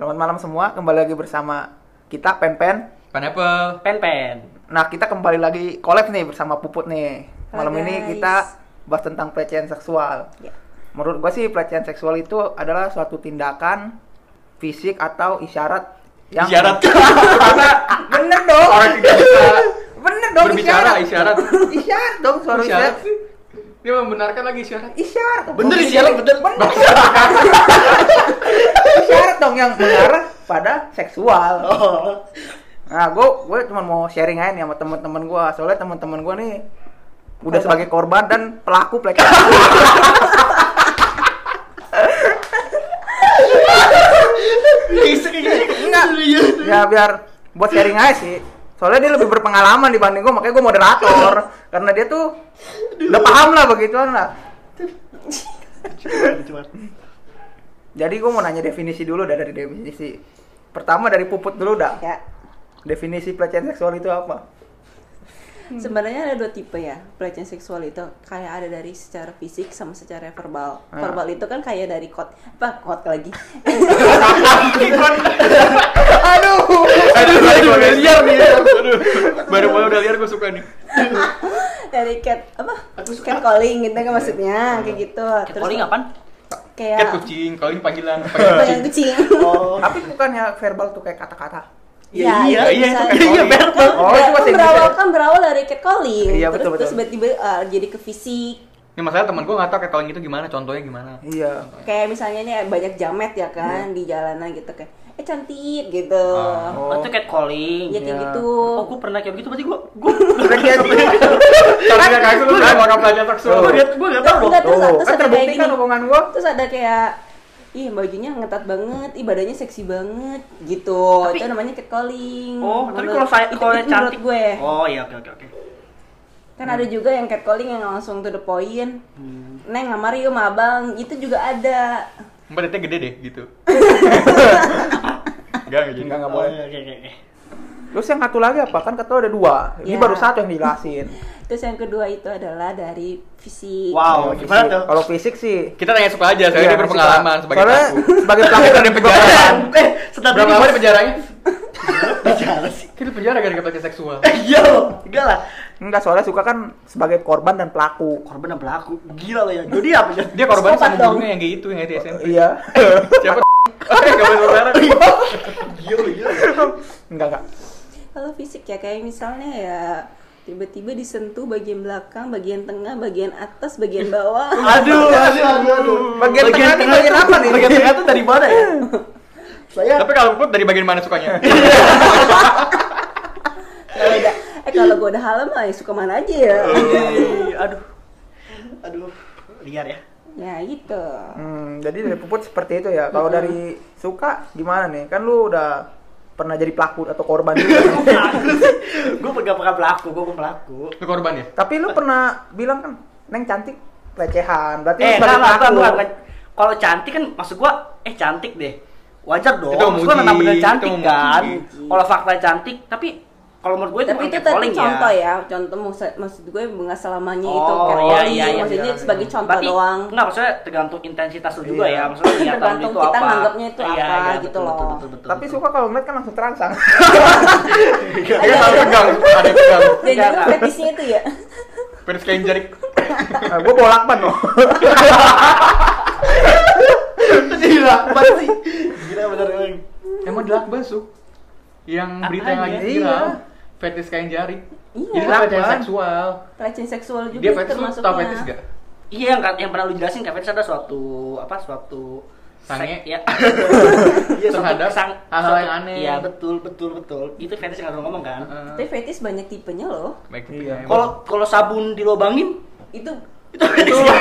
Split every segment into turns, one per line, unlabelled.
malam semua kembali lagi bersama kita Penpen.
Pineapple.
Pen pen.
Nah kita kembali lagi collab nih bersama Puput nih.
Halo,
Malam ini
guys.
kita bahas tentang pelecehan seksual.
Ya.
Menurut gua sih pelecehan seksual itu adalah suatu tindakan fisik atau isyarat yang
Isyarat.
bener dong.
Orang tidak bisa
Bener dong
berbicara isyarat.
Isyarat dong suara
Isyarat
isyarat.
sih. Dia membenarkan lagi isyarat.
Isyarat.
Bener
Dong,
isyarat, bener.
isyarat dong yang mengarah pada seksual.
Oh.
Nah, gue gue cuma mau sharing aja nih sama teman-teman gue. Soalnya teman-teman gue nih udah sebagai korban dan pelaku pelecehan.
Isek Enggak.
ya biar buat sharing aja sih. Soalnya dia lebih berpengalaman dibanding gue, makanya gue moderator. Karena dia tuh udah paham lah begituan lah. Jadi gue mau nanya definisi dulu dah dari definisi. Pertama dari puput dulu dah.
Ya.
Definisi pelecehan seksual itu apa?
Sebenarnya ada dua tipe ya pelecehan seksual itu kayak ada dari secara fisik sama secara verbal.
Ah.
Verbal itu kan kayak dari kot apa kot lagi.
Aduh.
Aduh, aduh, udah liar nih. Aduh. Baru mulai udah liar gue suka nih.
dari cat apa? Cat calling gitu kan maksudnya kayak gitu.
Cat calling apaan?
Cat
Kayak
kucing, calling panggilan.
panggilan kucing.
Oh.
Tapi bukannya verbal tuh kayak kata-kata.
Iya, iya, iya, itu cat calling. Iya,
bisa-
betul. Oh, itu bahasa
kan
Inggris
berawal
ya?
kan berawal dari cat calling.
Iya,
terus
betul, betul.
terus tiba-tiba eh, jadi ke fisik.
Ini masalah teman gue nggak tahu kayak calling itu gimana, contohnya gimana.
Iya.
Kayak misalnya nih banyak jamet ya kan di jalanan gitu kayak eh cantik gitu.
Ah.
Oh.
Oh, itu cat calling.
Ya kayak
Iya.
gitu.
Oh, gue pernah kayak gitu berarti gue gue
Tapi
ya,
nggak kaku
gitu.
lu nggak bakal belajar
Tuh.
seksual.
gue liat gue liat
Enggak, enggak, terus,
Tuh,
terus
kan
ada kayak
terbukti
gini.
kan omongan gua.
Terus ada kayak Ih bajunya ngetat banget, ih badannya seksi banget gitu.
Tapi-
itu namanya catcalling.
Oh, tapi
Menurut-
kalau saya
itu-
kalau
itu
yang cantik
menurut gue.
Oh iya oke oke oke.
Kan ada juga yang catcalling yang langsung to the point. Neng sama Rio sama Abang, itu juga ada.
Empatnya gede deh gitu. Enggak, enggak jadi.
Enggak, enggak
Oh,
boleh.
iya, Oke oke oke.
Terus yang satu lagi apa? Kan kata lu ada dua. Ini
Iya.
baru satu yang dijelasin.
Terus yang kedua itu adalah dari fisik.
Wow,
Kalau
gimana
fisik-
tuh?
Kalau fisik sih.
Kita tanya suka aja, saya
iya,
Ya, dia berpengalaman
suka.
sebagai
Soalnya
pelaku.
sebagai pelaku
Kita
dan
di penjara.
Eh, sedap
Berapa
dulu.
lama di penjaranya?
Bicara sih.
Kita di penjara gara-gara pelecehan seksual.
Eh, Iya loh, enggak lah.
Enggak, soalnya suka kan sebagai korban dan pelaku.
Korban dan pelaku, gila loh ya. Jadi apa ya?
Dia korban
Psikopat
sama
dong.
gurunya yang kayak gitu, yang kayak di SMP.
Iya.
Siapa? Eh, enggak boleh saudara. Gila,
iya
gila.
Enggak, enggak.
Kalau fisik ya kayak misalnya ya tiba-tiba disentuh bagian belakang, bagian tengah, bagian atas, bagian bawah.
Aduh, aduh, aduh, aduh.
Bagian tengah nih, bagian
tuh-
apa nih?
Bagian tengah tuh dari mana ya? Saya
Tapi kalau pun dari bagian mana sukanya?
Kalau
Iya.
udah- eh kalau gue udah halem mah ya suka mana aja ya.
Eh, aduh. Aduh, liar ya.
Ya gitu.
Hmm, jadi dari puput seperti itu ya. Kalau dari suka gimana nih? Kan lu udah pernah jadi pelaku atau korban juga. kan?
gue pegang pegang pelaku, gue pelaku.
Lu korban ya?
Tapi lu pernah bilang kan, Neng cantik pelecehan. Berarti lu
Eh,
sebagai
enggak lah, bukan,
pelaku.
bukan, bukan. Kalau cantik kan maksud gua, eh cantik deh. Wajar dong.
Itu
Maksud gua
memuji,
memang bener
itu
cantik
memuji.
kan. Kalau fakta cantik, tapi kalau menurut gue itu
Tapi
bukan
itu tadi
catcalling
contoh ya, contoh maksud, maksud gue nggak selamanya itu
Oh,
catcalling,
iya, iya,
maksudnya
iya, iya.
sebagai contoh
Berarti,
doang.
Enggak, maksudnya tergantung intensitas lu juga
Iya.
ya. Maksudnya niatan lu
Tergantung
itu
kita
apa.
nganggapnya itu
Iya,
apa
iya,
gitu
betul,
loh.
betul, betul, betul,
Tapi
betul.
suka kalau ngeliat kan langsung terangsang.
Dia selalu Iya, pegang, ada yang pegang.
Dan juga fetishnya itu ya.
Penis kain jarik.
nah, gue bolak pan loh.
Gila, apa sih? Gila bener Bang.
Emang dilak besuk. Yang berita yang lagi
Apanya?
viral,
Iya.
fetis kain jarik.
ya? Iya.
Jadi itu pelecehan
Dilakban.
seksual.
Pelecehan seksual juga
Dia
itu
fetis, lu
termasuknya.
tau fetis gak?
Iya, yang, yang pernah lu jelasin Kak Fetis ada suatu apa suatu
Sange.
sek- ya. Iya, suatu
Terhadap
kesang-
hal-hal
suatu-
yang aneh.
Iya, betul, betul, betul. Itu Fetis yang lu ngomong kan?
Tapi fetish banyak tipenya loh.
Baik,
Iya.
iya.
Kalau kalau sabun dilobangin
Itu
itu fetish ya.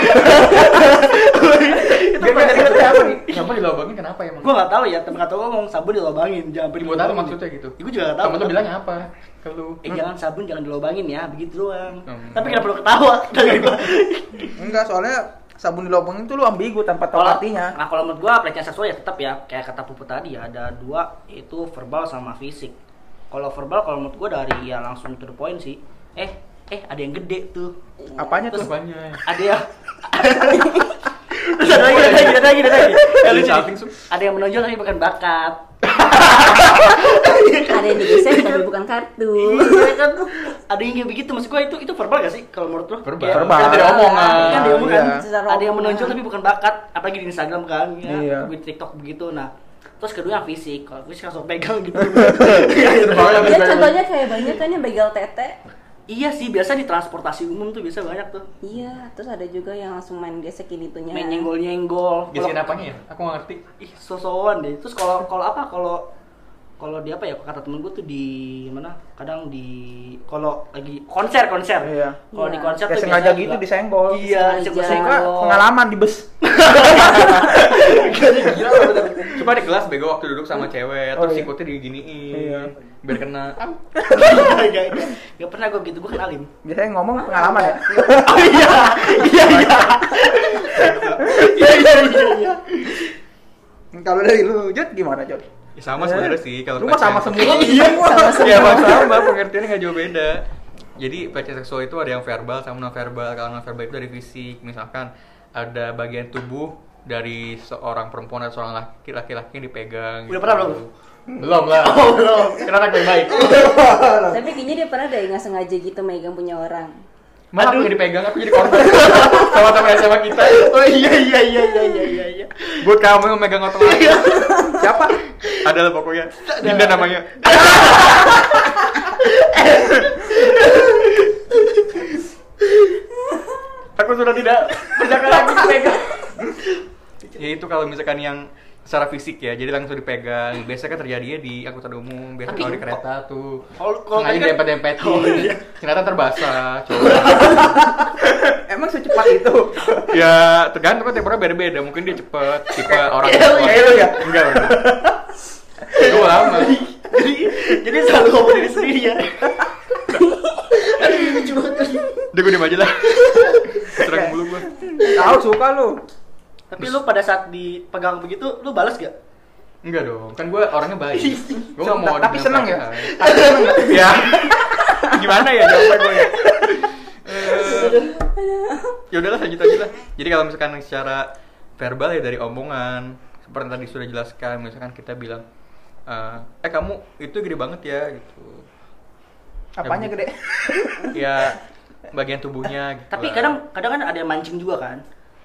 itu apa nih? Kenapa dilobangin kenapa emang?
Gua nggak tahu ya, temen kata gua ngomong sabun dilobangin, jangan sampai
Dibuat apa
dilobangin.
maksudnya gitu?
Ya, gua juga nggak tahu.
Kamu tuh bilangnya apa? Kalau
Eh jangan sabun jangan dilobangin ya, begitu doang.
Hmm.
Tapi kenapa lu ketawa? Dari gua.
Enggak, soalnya sabun dilobongin tuh lu ambigu tanpa tahu
Kalau-
artinya.
Nah, kalau menurut gua pelecehan seksual ya tetap ya kayak kata Pupu tadi ya ada dua itu verbal sama fisik. Kalau verbal kalau menurut gua dari ya langsung to the point sih. Eh, eh ada yang gede tuh.
Apanya tuh?
banyak.
Ada yang Terus ada lagi, ada lagi, ada lagi, ada lagi. Ya, lucu nih.
Salting, Sup.
Ada yang menonjol tapi bukan bakat.
ada yang digesek tapi bukan kartu
Iya kan ada yang kayak begitu maksud gue itu itu verbal gak sih kalau menurut lo?
Verbal.
Kayak-
Verbal.
Kan dari omongan.
Kan dia omongan.
Iya.
Ada
Secara
yang
omongan.
menonjol tapi bukan bakat, apalagi di Instagram kan, ya.
Iya.
di TikTok begitu. Nah, terus kedua yang fisik, kalau fisik langsung pegang gitu.
Soalnya
ya
Iya.
bisa-
contohnya kayak banyak kan yang begal tete
iya sih, biasa di transportasi umum tuh biasa banyak tuh.
iya terus ada juga yang langsung main gesekin itunya
Main nyenggol-nyenggol.
Gesekin
Kalau-
apanya ya? Aku nggak ngerti.
Ih, sosokan deh. Terus kalau kalau apa? Kalau kalau di apa ya? Kata temen gue tuh di mana? Kadang di kalau lagi konser konser.
Iya.
Kalau di
Iya.
konser
Kayak
tuh
sengaja
biasanya
gitu
juga-
disenggol.
Iya,
Sengaja.
Enggak,
sengaja.
pengalaman di bus.
Gila, lu bener.
gitu.
Coba di kelas bego waktu duduk sama cewek,
Oh,
terus
iya.
ikutnya diginiin.
Iya.
Biar kena.
Iya, Gak pernah gue gitu, gue kan alim.
Biasanya ngomong pengalaman ya.
Oh iya, iya iya. Iya iya iya. iya.
Kalau dari lu, Jod gimana, Jod?
Ya, sama sebenarnya sih kalau
Lu mah Iya. sama
pacaran.
semua.
Iya,
sama
Iya, sama sama pengertiannya nggak jauh beda. Jadi pelecehan seksual itu ada yang verbal sama non verbal. Kalau non verbal itu dari fisik, misalkan ada bagian tubuh dari seorang perempuan atau seorang laki- laki-laki yang dipegang. gitu.
Udah pernah belum?
Belum lah. Oh, belum. Kita anak baik-baik.
tapi kayaknya dia pernah deh nggak sengaja gitu megang punya orang
Malah aku jadi pegang, aku jadi korban sama teman SMA kita.
Oh iya iya iya iya iya iya. iya.
Buat kamu yang megang otak aku.
Siapa?
Adalah pokoknya. Dinda namanya.
Aku sudah tidak berjaga lagi pegang.
Ya itu kalau misalkan yang secara fisik ya, jadi langsung dipegang. Biasanya kan terjadinya di angkutan umum, biasa
Tapi
kalau di
kok-
kereta tuh.
Kalau- kalau
Sengaja
tadi kan-
dempet-dempetin,
Oh, iya.
ternyata terbasah. Coba.
Emang secepat itu?
ya tergantung kan tiap orang beda-beda, mungkin dia cepet, tipe orang
Kayak lu- kayak lu ya?
Enggak, enggak. Gue lama.
Jadi jadi selalu ngomong diri sendiri ya.
Udah gue diem aja lah. Serang mulu gue.
Tahu suka lu.
Tapi lu pada saat dipegang begitu, lu balas gak?
Enggak dong, kan gue orangnya baik. Gue
So,
mau
ta- tapi
dengan
seneng ya?
perasaan. ya gimana ya jawaban gue ya Eh, ya udahlah lanjut aja lah jadi kalau misalkan secara verbal ya dari omongan seperti tadi sudah jelaskan misalkan kita bilang eh, eh kamu itu gede banget ya gitu
Apanya
Ya,
gede?
ya bagian tubuhnya gitu
Tapi
lah.
kadang kadang kan ada yang mancing juga kan.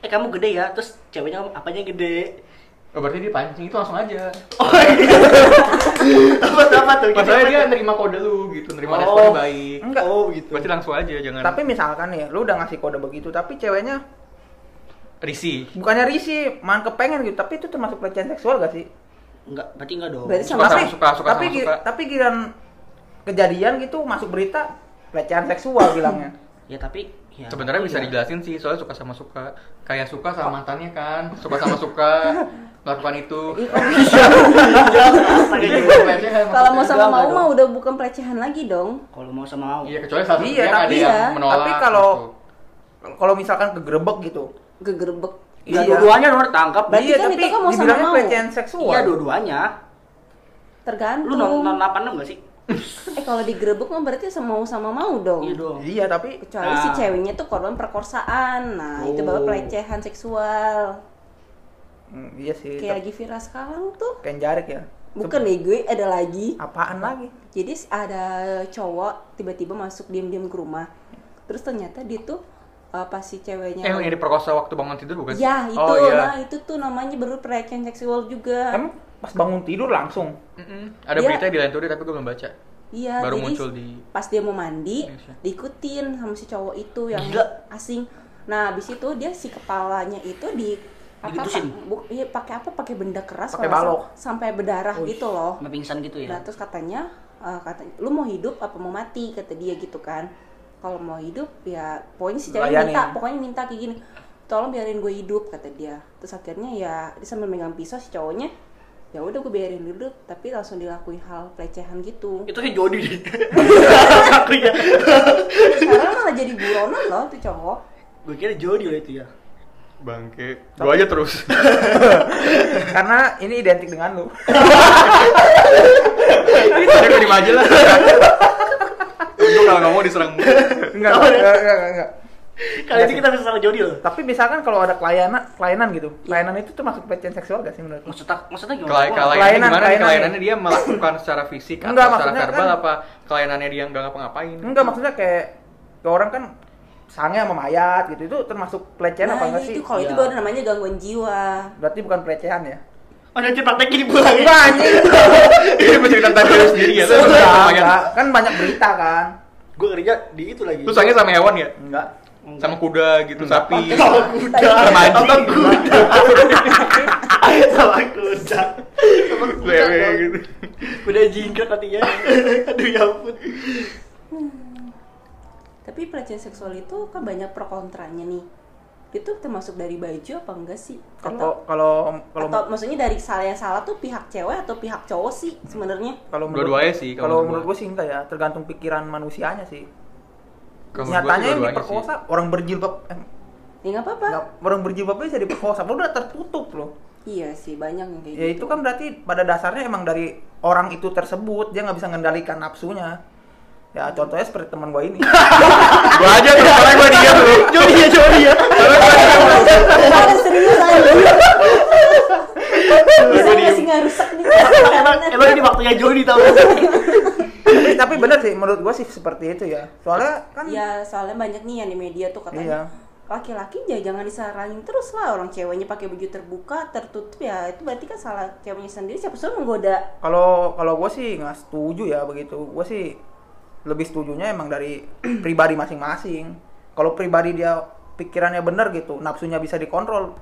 Eh kamu gede ya, terus ceweknya ngomong, apanya gede?
oh, berarti dia pancing itu langsung aja
Oh iya. apa apa tuh? Gitu.
masalahnya dia nerima kode lu gitu nerima
Oh.
responnya baik
Enggak.
Oh gitu.
berarti langsung aja jangan
Tapi misalkan nih, lu udah ngasih kode begitu, tapi ceweknya
risih
bukannya risih, main kepengen gitu, tapi itu termasuk pelecehan seksual gak sih?
Enggak, berarti enggak dong.
Berarti sama-
tapi
suka, suka,
tapi
sama
gi-
suka.
tapi giliran kejadian gitu masuk berita pelecehan seksual bilangnya.
Ya tapi ya,
Sebenarnya bisa
iya.
dijelasin sih, soalnya suka sama suka. Kayak suka sama mantannya kan, suka sama suka melakukan itu.
Iya,
Astaga,
Jadi
gitu.
bukan pelecehan,
kalau mau
maksudnya. kan.
sama mau
enggak dong.
mah udah bukan pelecehan lagi dong
Kalau mau sama mau.
Iya, kecuali salah satu
Iya,
yang ada
tapi
yang
ya.
menolak.
Tapi kalau-
gitu.
Kalau misalkan kegerebek gitu. Iya,
gegerbek
Ya dua-duanya dong ditangkap.
Berarti kan itu kan mau sama
dibilangnya
mau.
pelecehan seksual.
Iya dua-duanya.
tergantung
Lu nonton 86 gak sih?
eh kalau digerebek mah berarti sama mau sama mau dong
Iya dong.
Iya, tapi
kecuali
Nah.
si ceweknya tuh korban perkosaan nah
Oh.
itu baru pelecehan seksual
Hmm, iya sih.
kayak
Kayak
lagi viral sekarang tuh
jarik ya.
bukan nih gue ada lagi
Apaan lagi?
jadi ada cowok tiba-tiba masuk diam-diam ke rumah terus ternyata dia tuh uh, pas si
Eh,
ceweknya
yang diperkosa waktu bangun tidur bukan? sih?
ya itu
Oh, iya.
nah itu tuh namanya baru pelecehan seksual juga
Emang pas bangun tidur langsung.
Mm-mm. Ada
Dia-
berita di lain tapi gue belum baca.
iya
baru
jadi
muncul di-
pas dia mau mandi
Indonesia.
diikutin sama si cowok itu yang
Gila.
asing nah abis itu dia si kepalanya itu di apa
Digetusin.
Pak? Bu- iya, pakai apa pakai benda keras
Pakai
kalau nggak
balok.
salah, sampai berdarah gitu loh
Sampai pingsan gitu
Iya.
Nah,
ya.
terus katanya, eh, katanya, lu mau hidup apa mau mati kata dia gitu kan. Kalau mau hidup ya pokoknya si cewek
Layanin.
minta, pokoknya minta kayak gini. Tolong biarin gue hidup kata dia. Terus akhirnya ya dia sambil megang pisau si cowoknya ya udah gue biarin dulu tapi langsung dilakuin hal pelecehan gitu
Itu kayak Jody ya. deh.
sekarang malah jadi buronan loh tuh cowok
Gue kira Jody lah itu ya.
Bangke. Gue aja terus.
Karena ini identik dengan lu.
Jadi gue diem aja lah. Untung kalau ngomong diserang.
Oh, iya.
enggak, enggak, enggak, enggak, enggak.
Kali ini kita bisa salah jodi loh.
Tapi misalkan kalau ada kelainan, kelainan
Iya.
gitu. Kelainan itu termasuk pelecehan seksual gak sih menurut lu?
Maksudnya, maksudnya gimana?
Kelai- Kelainan ya.
Gua-
kelainan,
gimana nih?
kelainan.
Kelainannya dia melakukan secara fisik atau
Enggak,
secara
maksudnya
verbal
kan-
apa kelainannya dia nggak ngapa-ngapain?
Enggak maksudnya kayak kayak orang kan sange sama mayat gitu itu termasuk pelecehan apa
Nah,
enggak
itu
sih?
kalau itu
Iya.
baru Iya. namanya gangguan jiwa.
Berarti bukan pelecehan ya?
Oh, nanti praktekin di pulang.
Enggak anjing.
Dia menceritakan diri sendiri ya. Terus
Enggak,
lumayan.
enggak. Iya, Kan banyak berita kan?
Gue kerja di itu lagi.
Lu sange sama hewan ya?
Enggak.
Sama kuda gitu, sapi.
Sama kuda.
Sama anjing.
Sama kuda. Sama kuda. Sama kuda.
Lewe
dong.
gitu.
Kuda jingkrak katanya. Aduh ya ampun.
Tapi pelecehan seksual itu kan banyak pro kontranya nih. Itu termasuk dari baju apa enggak sih? Atau,
Kalau kalau kalau
atau maksudnya dari salah yang salah tuh pihak cewek atau pihak cowok sih sebenarnya?
kalau menurut-
Dua-duanya sih, kalau
Kalau menurut
menurut gua.
gue sih enggak ya, tergantung pikiran manusianya sih.
Kalau
Nyatanya
menurut gua sih
yang
dua-duanya sih.
diperkosa orang berjilbab eh,
Ya nggak apa-apa.
nggak- orang berjilbab aja bisa diperkosa, lu udah tertutup loh.
Iya sih banyak yang kayak
Ya itu
gitu.
kan berarti pada dasarnya emang dari orang itu tersebut dia nggak bisa mengendalikan nafsunya. Ya contohnya seperti teman gue ini.
Gua aja tuh, soalnya gua diam lu.
Jodi ya, jodi ya.
Ada serius aja.
Gua
Bisa nggak
diem.
sih nggak rusak nih?
Emang emang ini waktunya jodi tau.
tapi, tapi bener sih menurut gue sih seperti itu ya. Soalnya kan
Ya soalnya banyak nih yang di media tuh
Iya.
katanya laki-laki ya jangan disaranin terus lah orang ceweknya pakai baju terbuka tertutup ya itu berarti kan salah ceweknya sendiri siapa suruh menggoda
kalau kalau gue sih nggak setuju ya begitu. Gue sih lebih setujunya emang dari pribadi masing-masing. Kalau pribadi dia pikirannya bener gitu, nafsunya bisa dikontrol.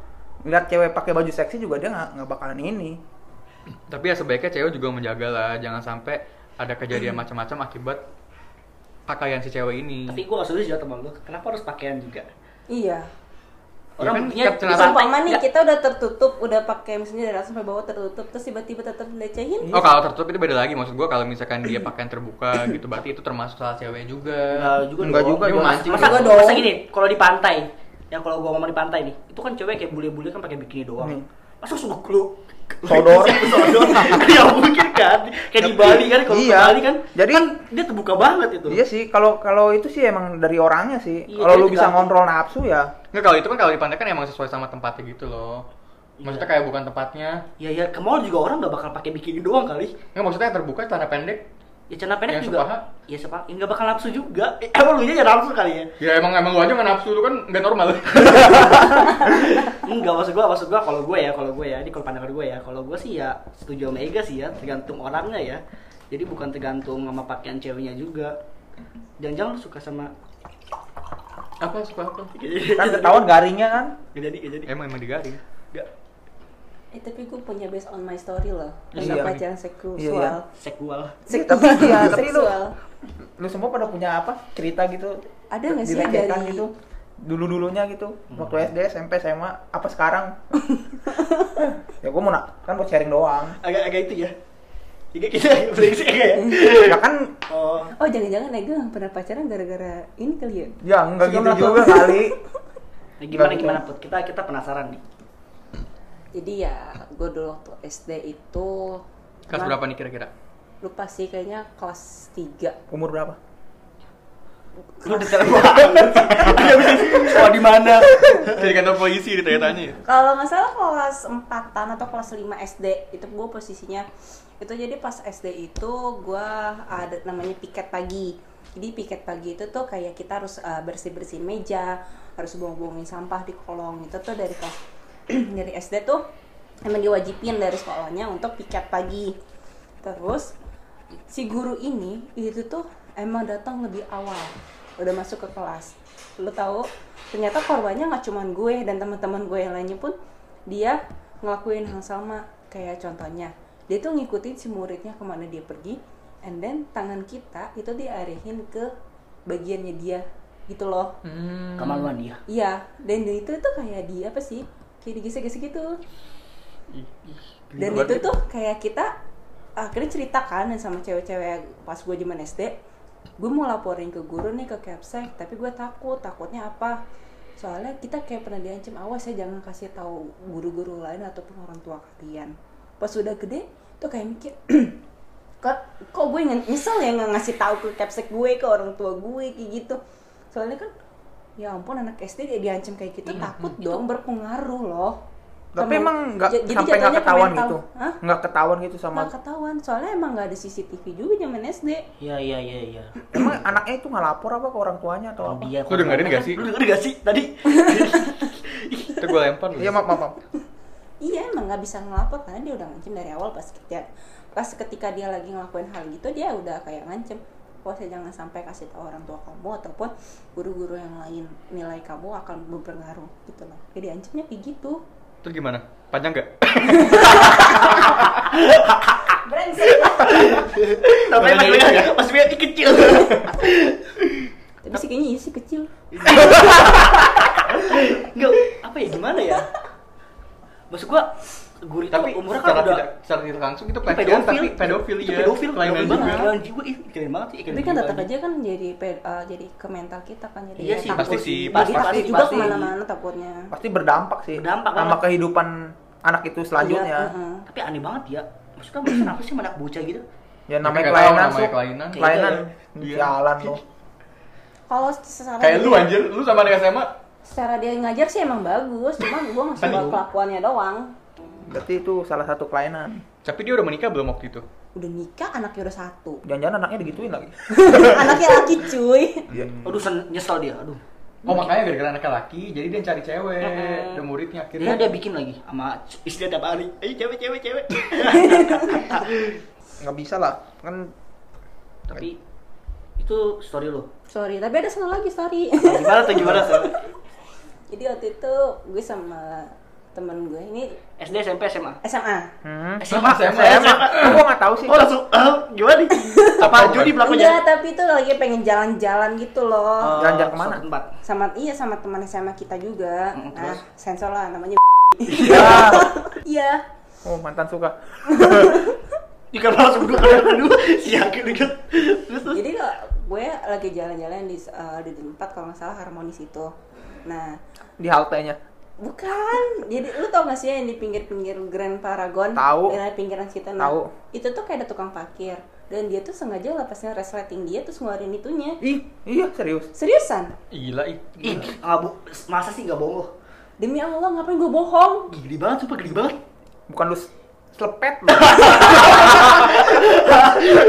Lihat cewek pakai baju seksi juga dia nggak nggak bakalan ini.
Tapi ya sebaiknya cewek juga menjaga lah, jangan sampai ada kejadian macam-macam akibat pakaian si cewek ini.
Tapi gue gak setuju ya teman lu. Kenapa harus pakaian juga?
iya
Ya kan, setiap
Orang punya
celana-
Terus
Kenapa?
umpama nih
Nggak.
kita udah tertutup udah pakai misalnya dari atas sampai bawah tertutup terus tiba-tiba tetap dilecehin
Oh kalau tertutup itu beda lagi, maksud gua kalau misalkan dia pakaian terbuka gitu, berarti itu termasuk salah cewek juga.
Enggak juga
Enggak
dong.
juga
Dia
dong.
mancing.
Masa,
Juga dong.
masa gini, kalau di pantai, yang kalau gua ngomong di pantai nih, itu kan cewek kayak bule-bule kan pakai bikini doang.
Hmm.
Masa suka lu
Sodor.
sodor. ya mungkin kan. Kayak di Bali kan kalau
Iya.
ke Bali kan.
Jadi-
kan dia terbuka banget itu.
Iya sih, kalau kalau itu sih emang dari orangnya sih.
Iya,
kalau
jadi
lu bisa
tergantung.
ngontrol nafsu ya,
Nggak kalau itu kan kalau di pantai kan emang sesuai sama tempatnya gitu loh.
Iya.
Maksudnya kayak bukan tempatnya.
Ya ya ke mall juga orang gak bakal pakai bikini doang kali.
Nggak maksudnya yang terbuka celana pendek.
Ya celana pendek
Yang
juga.
sepaha?
Ya sepaha. Ya, nggak bakal nafsu juga. Eh, emang lu nya nafsu kali ya?
Ya emang emang lu aja nggak nafsu lu kan nggak normal.
Enggak maksud gua, maksud gua kalau gue ya, kalau gue ya, ini kalau pandangan gue ya, kalau gue sih ya setuju sama Ega sih ya, tergantung orangnya ya. Jadi bukan tergantung sama pakaian ceweknya juga. Jangan-jangan lu suka sama
apa suka apa?
kan ketahuan garingnya kan.
Gak jadi, gak jadi.
Emang emang digaring.
Gak.
eh tapi gue punya based on my story loh
Iya.
tentang pacaran seksual
Iya, iya.
Seksual.
Iya, tapi iya, tapi lu
seksual
lu semua pada punya apa cerita gitu?
Ada nggak sih
Dilecehkan
dari-
gitu? Dulu-dulunya gitu, waktu SD, SMP, SMA, apa sekarang? ya gua mau nak, kan buat sharing doang.
Agak-agak itu ya. Jadi kita agak brengsek agak ya.
ya kan,
Oh.
oh jangan-jangan Ega nggak pernah pacaran gara-gara ini kali ya
ya nggak gitu
Sebelum
juga
aku-
kali.
Nah, gimana
Nggak
gimana
gitu.
put? Kita kita penasaran nih.
jadi ya gue dulu waktu SD itu
Kelas berapa nih kira-kira?
lupa sih kayaknya kelas 3
Umur berapa?
Lu detail banget. Ada bisa sekolah di mana?
Dari kantor polisi ditanya-tanya ya.
kalau nggak salah kelas 4-an atau kelas 5 SD itu gue posisinya itu jadi pas SD itu gue ada namanya piket pagi jadi piket pagi itu tuh kayak kita harus bersih bersihin meja harus buang buangin sampah di kolong itu tuh dari kelas dari SD tuh emang diwajibin dari sekolahnya untuk piket pagi terus si guru ini itu tuh emang datang lebih awal udah masuk ke kelas lu tahu ternyata korbannya nggak cuman gue dan teman-teman gue yang lainnya pun dia ngelakuin hal sama kayak contohnya dia tuh ngikutin si muridnya kemana dia pergi and then tangan kita itu diarihin ke bagiannya dia gitu loh
Hmm.
Kemaluan ya. dia.
iya dan itu tuh kayak dia apa sih kayak digesek-gesek gitu
Gitu
dan itu tuh kayak kita akhirnya ceritakan sama cewek-cewek pas gue zaman SD gue mau laporin ke guru nih ke capsek tapi gue takut takutnya apa soalnya kita kayak pernah diancam awas ya jangan kasih tahu guru-guru lain ataupun orang tua kalian pas sudah gede tuh kayak mikir kok kok gue nge- nyesel ya nggak ngasih tahu ke capsek gue ke orang tua gue kayak gitu soalnya kan ya ampun anak SD dia diancam kayak gitu takut dong berpengaruh loh
Tapi
Kemen-
emang nggak
Ja- jadi
sampai nggak
jatuhnya ke
ketahuan
mental.
gitu,
Hah?
nggak ketahuan gitu sama.
nggak ketahuan soalnya emang nggak ada CCTV juga zaman SD
Iya iya iya iya.
Emang anaknya itu nggak lapor apa ke orang tuanya atau apa?
Dia
Lu dengerin
korbannya
gak sih?
kan- Lu dengerin gak sih tadi?
Itu gue lempar lu.
Iya maaf maaf. maaf.
iya emang nggak bisa ngelapor karena dia udah ngancem dari awal pas ketika pas ketika dia lagi ngelakuin hal gitu dia udah kayak ngancem saya jangan sampai kasih tahu orang tua kamu ataupun guru-guru yang lain nilai kamu akan berpengaruh gitu loh jadi ancamnya kayak gitu
Terus gimana? Panjang gak?
Tapi
Makanya
emang
itu ya.
pas dia ini kecil.
tapi sih kayaknya iya sih kecil
Enggak apa ya gimana ya? Maksud gua guru itu
tapi
umurnya kan
secara
udah
tidak secara tidak langsung itu pelecehan
pedofil,
tapi pedofil
Itu
ya.
pedofil,
Kelainan
pedofil
juga.
kelainan jiwa, ih keren banget sih.
tapi kan tetap aja kan jadi pe- eh, jadi ke mental kita kan jadi
Iya sih,
pasti sih,
pasti,
pasti,
pasti,
pasti,
juga
pasti.
kemana-mana takutnya
Pasti berdampak sih.
Berdampak
sama
banget.
kehidupan anak itu
ya. Iya,
selanjutnya.
heeh.
Tapi aneh banget ya. Maksudnya maksudnya kenapa sih sama anak bocah gitu?
Hmm.
Ya namanya
Kita nggak tahu
kelainan,
namanya
Sup.
kelainan.
Kelainan.
Iya.
Jalan lo.
kalau secara
Kayak lu anjir, lu sama anak SMA
secara dia ngajar sih emang bagus cuma gue nggak suka
Aduh.
kelakuannya doang
Berarti itu salah satu kelainan.
tapi dia udah menikah belum waktu itu?
udah nikah anaknya udah satu
Jangan-jangan anaknya digituin lagi.
anaknya laki cuy
Iya.
Aduh sen- nyesel dia. Aduh.
Oh makanya gara-gara anaknya laki, jadi dia cari cewek,
Mm-mm. Iya,
udah muridnya
Dia
akhirnya.
dia bikin lagi sama istri tiap hari. Ayo cewek cewek cewek.
Nggak bisa lah. Kan
Tapi itu story lo.
sorry tapi ada satu lagi sorry
Gimana tuh gimana tuh?
jadi waktu itu gue sama temen gue ini
SD SMP SMA.
SMA
Hmm.
SMA, SMA,
Emang, kok gua nggak tahu sih.
Oh langsung eh, gimana nih? Apa
Apa
Juni
enggak
pelakunya?
tapi itu lagi pengen jalan-jalan gitu loh
Oh.
Jalan-jalan kemana?
Suatu tempat.
sama iya sama teman SMA kita juga
Mm,
nah
terus?
sensor lah namanya
Ya.
iya
Oh mantan suka.
Jika langsung dua kali dulu si Yakin juga. Terus terus.
jadi kalau gue lagi jalan-jalan di eh, di tempat kalau nggak salah harmonis itu nah
Di haltenya.
Bukan. Jadi lu tau gak sih yang di pinggir-pinggir Grand Paragon?
Tahu.
Daerah pinggiran kita. Nah,
Tahu.
Itu tuh kayak ada tukang parkir. Dan dia tuh sengaja lepasin resleting dia terus ngeluarin itunya.
Ih, iya serius.
Seriusan?
Gila ih.
Ih, nggak bu, masa sih nggak bohong lo?
Demi Allah ngapain gue bohong?
Geli banget, sumpah geli banget.
Bukan lu s- selepet lu.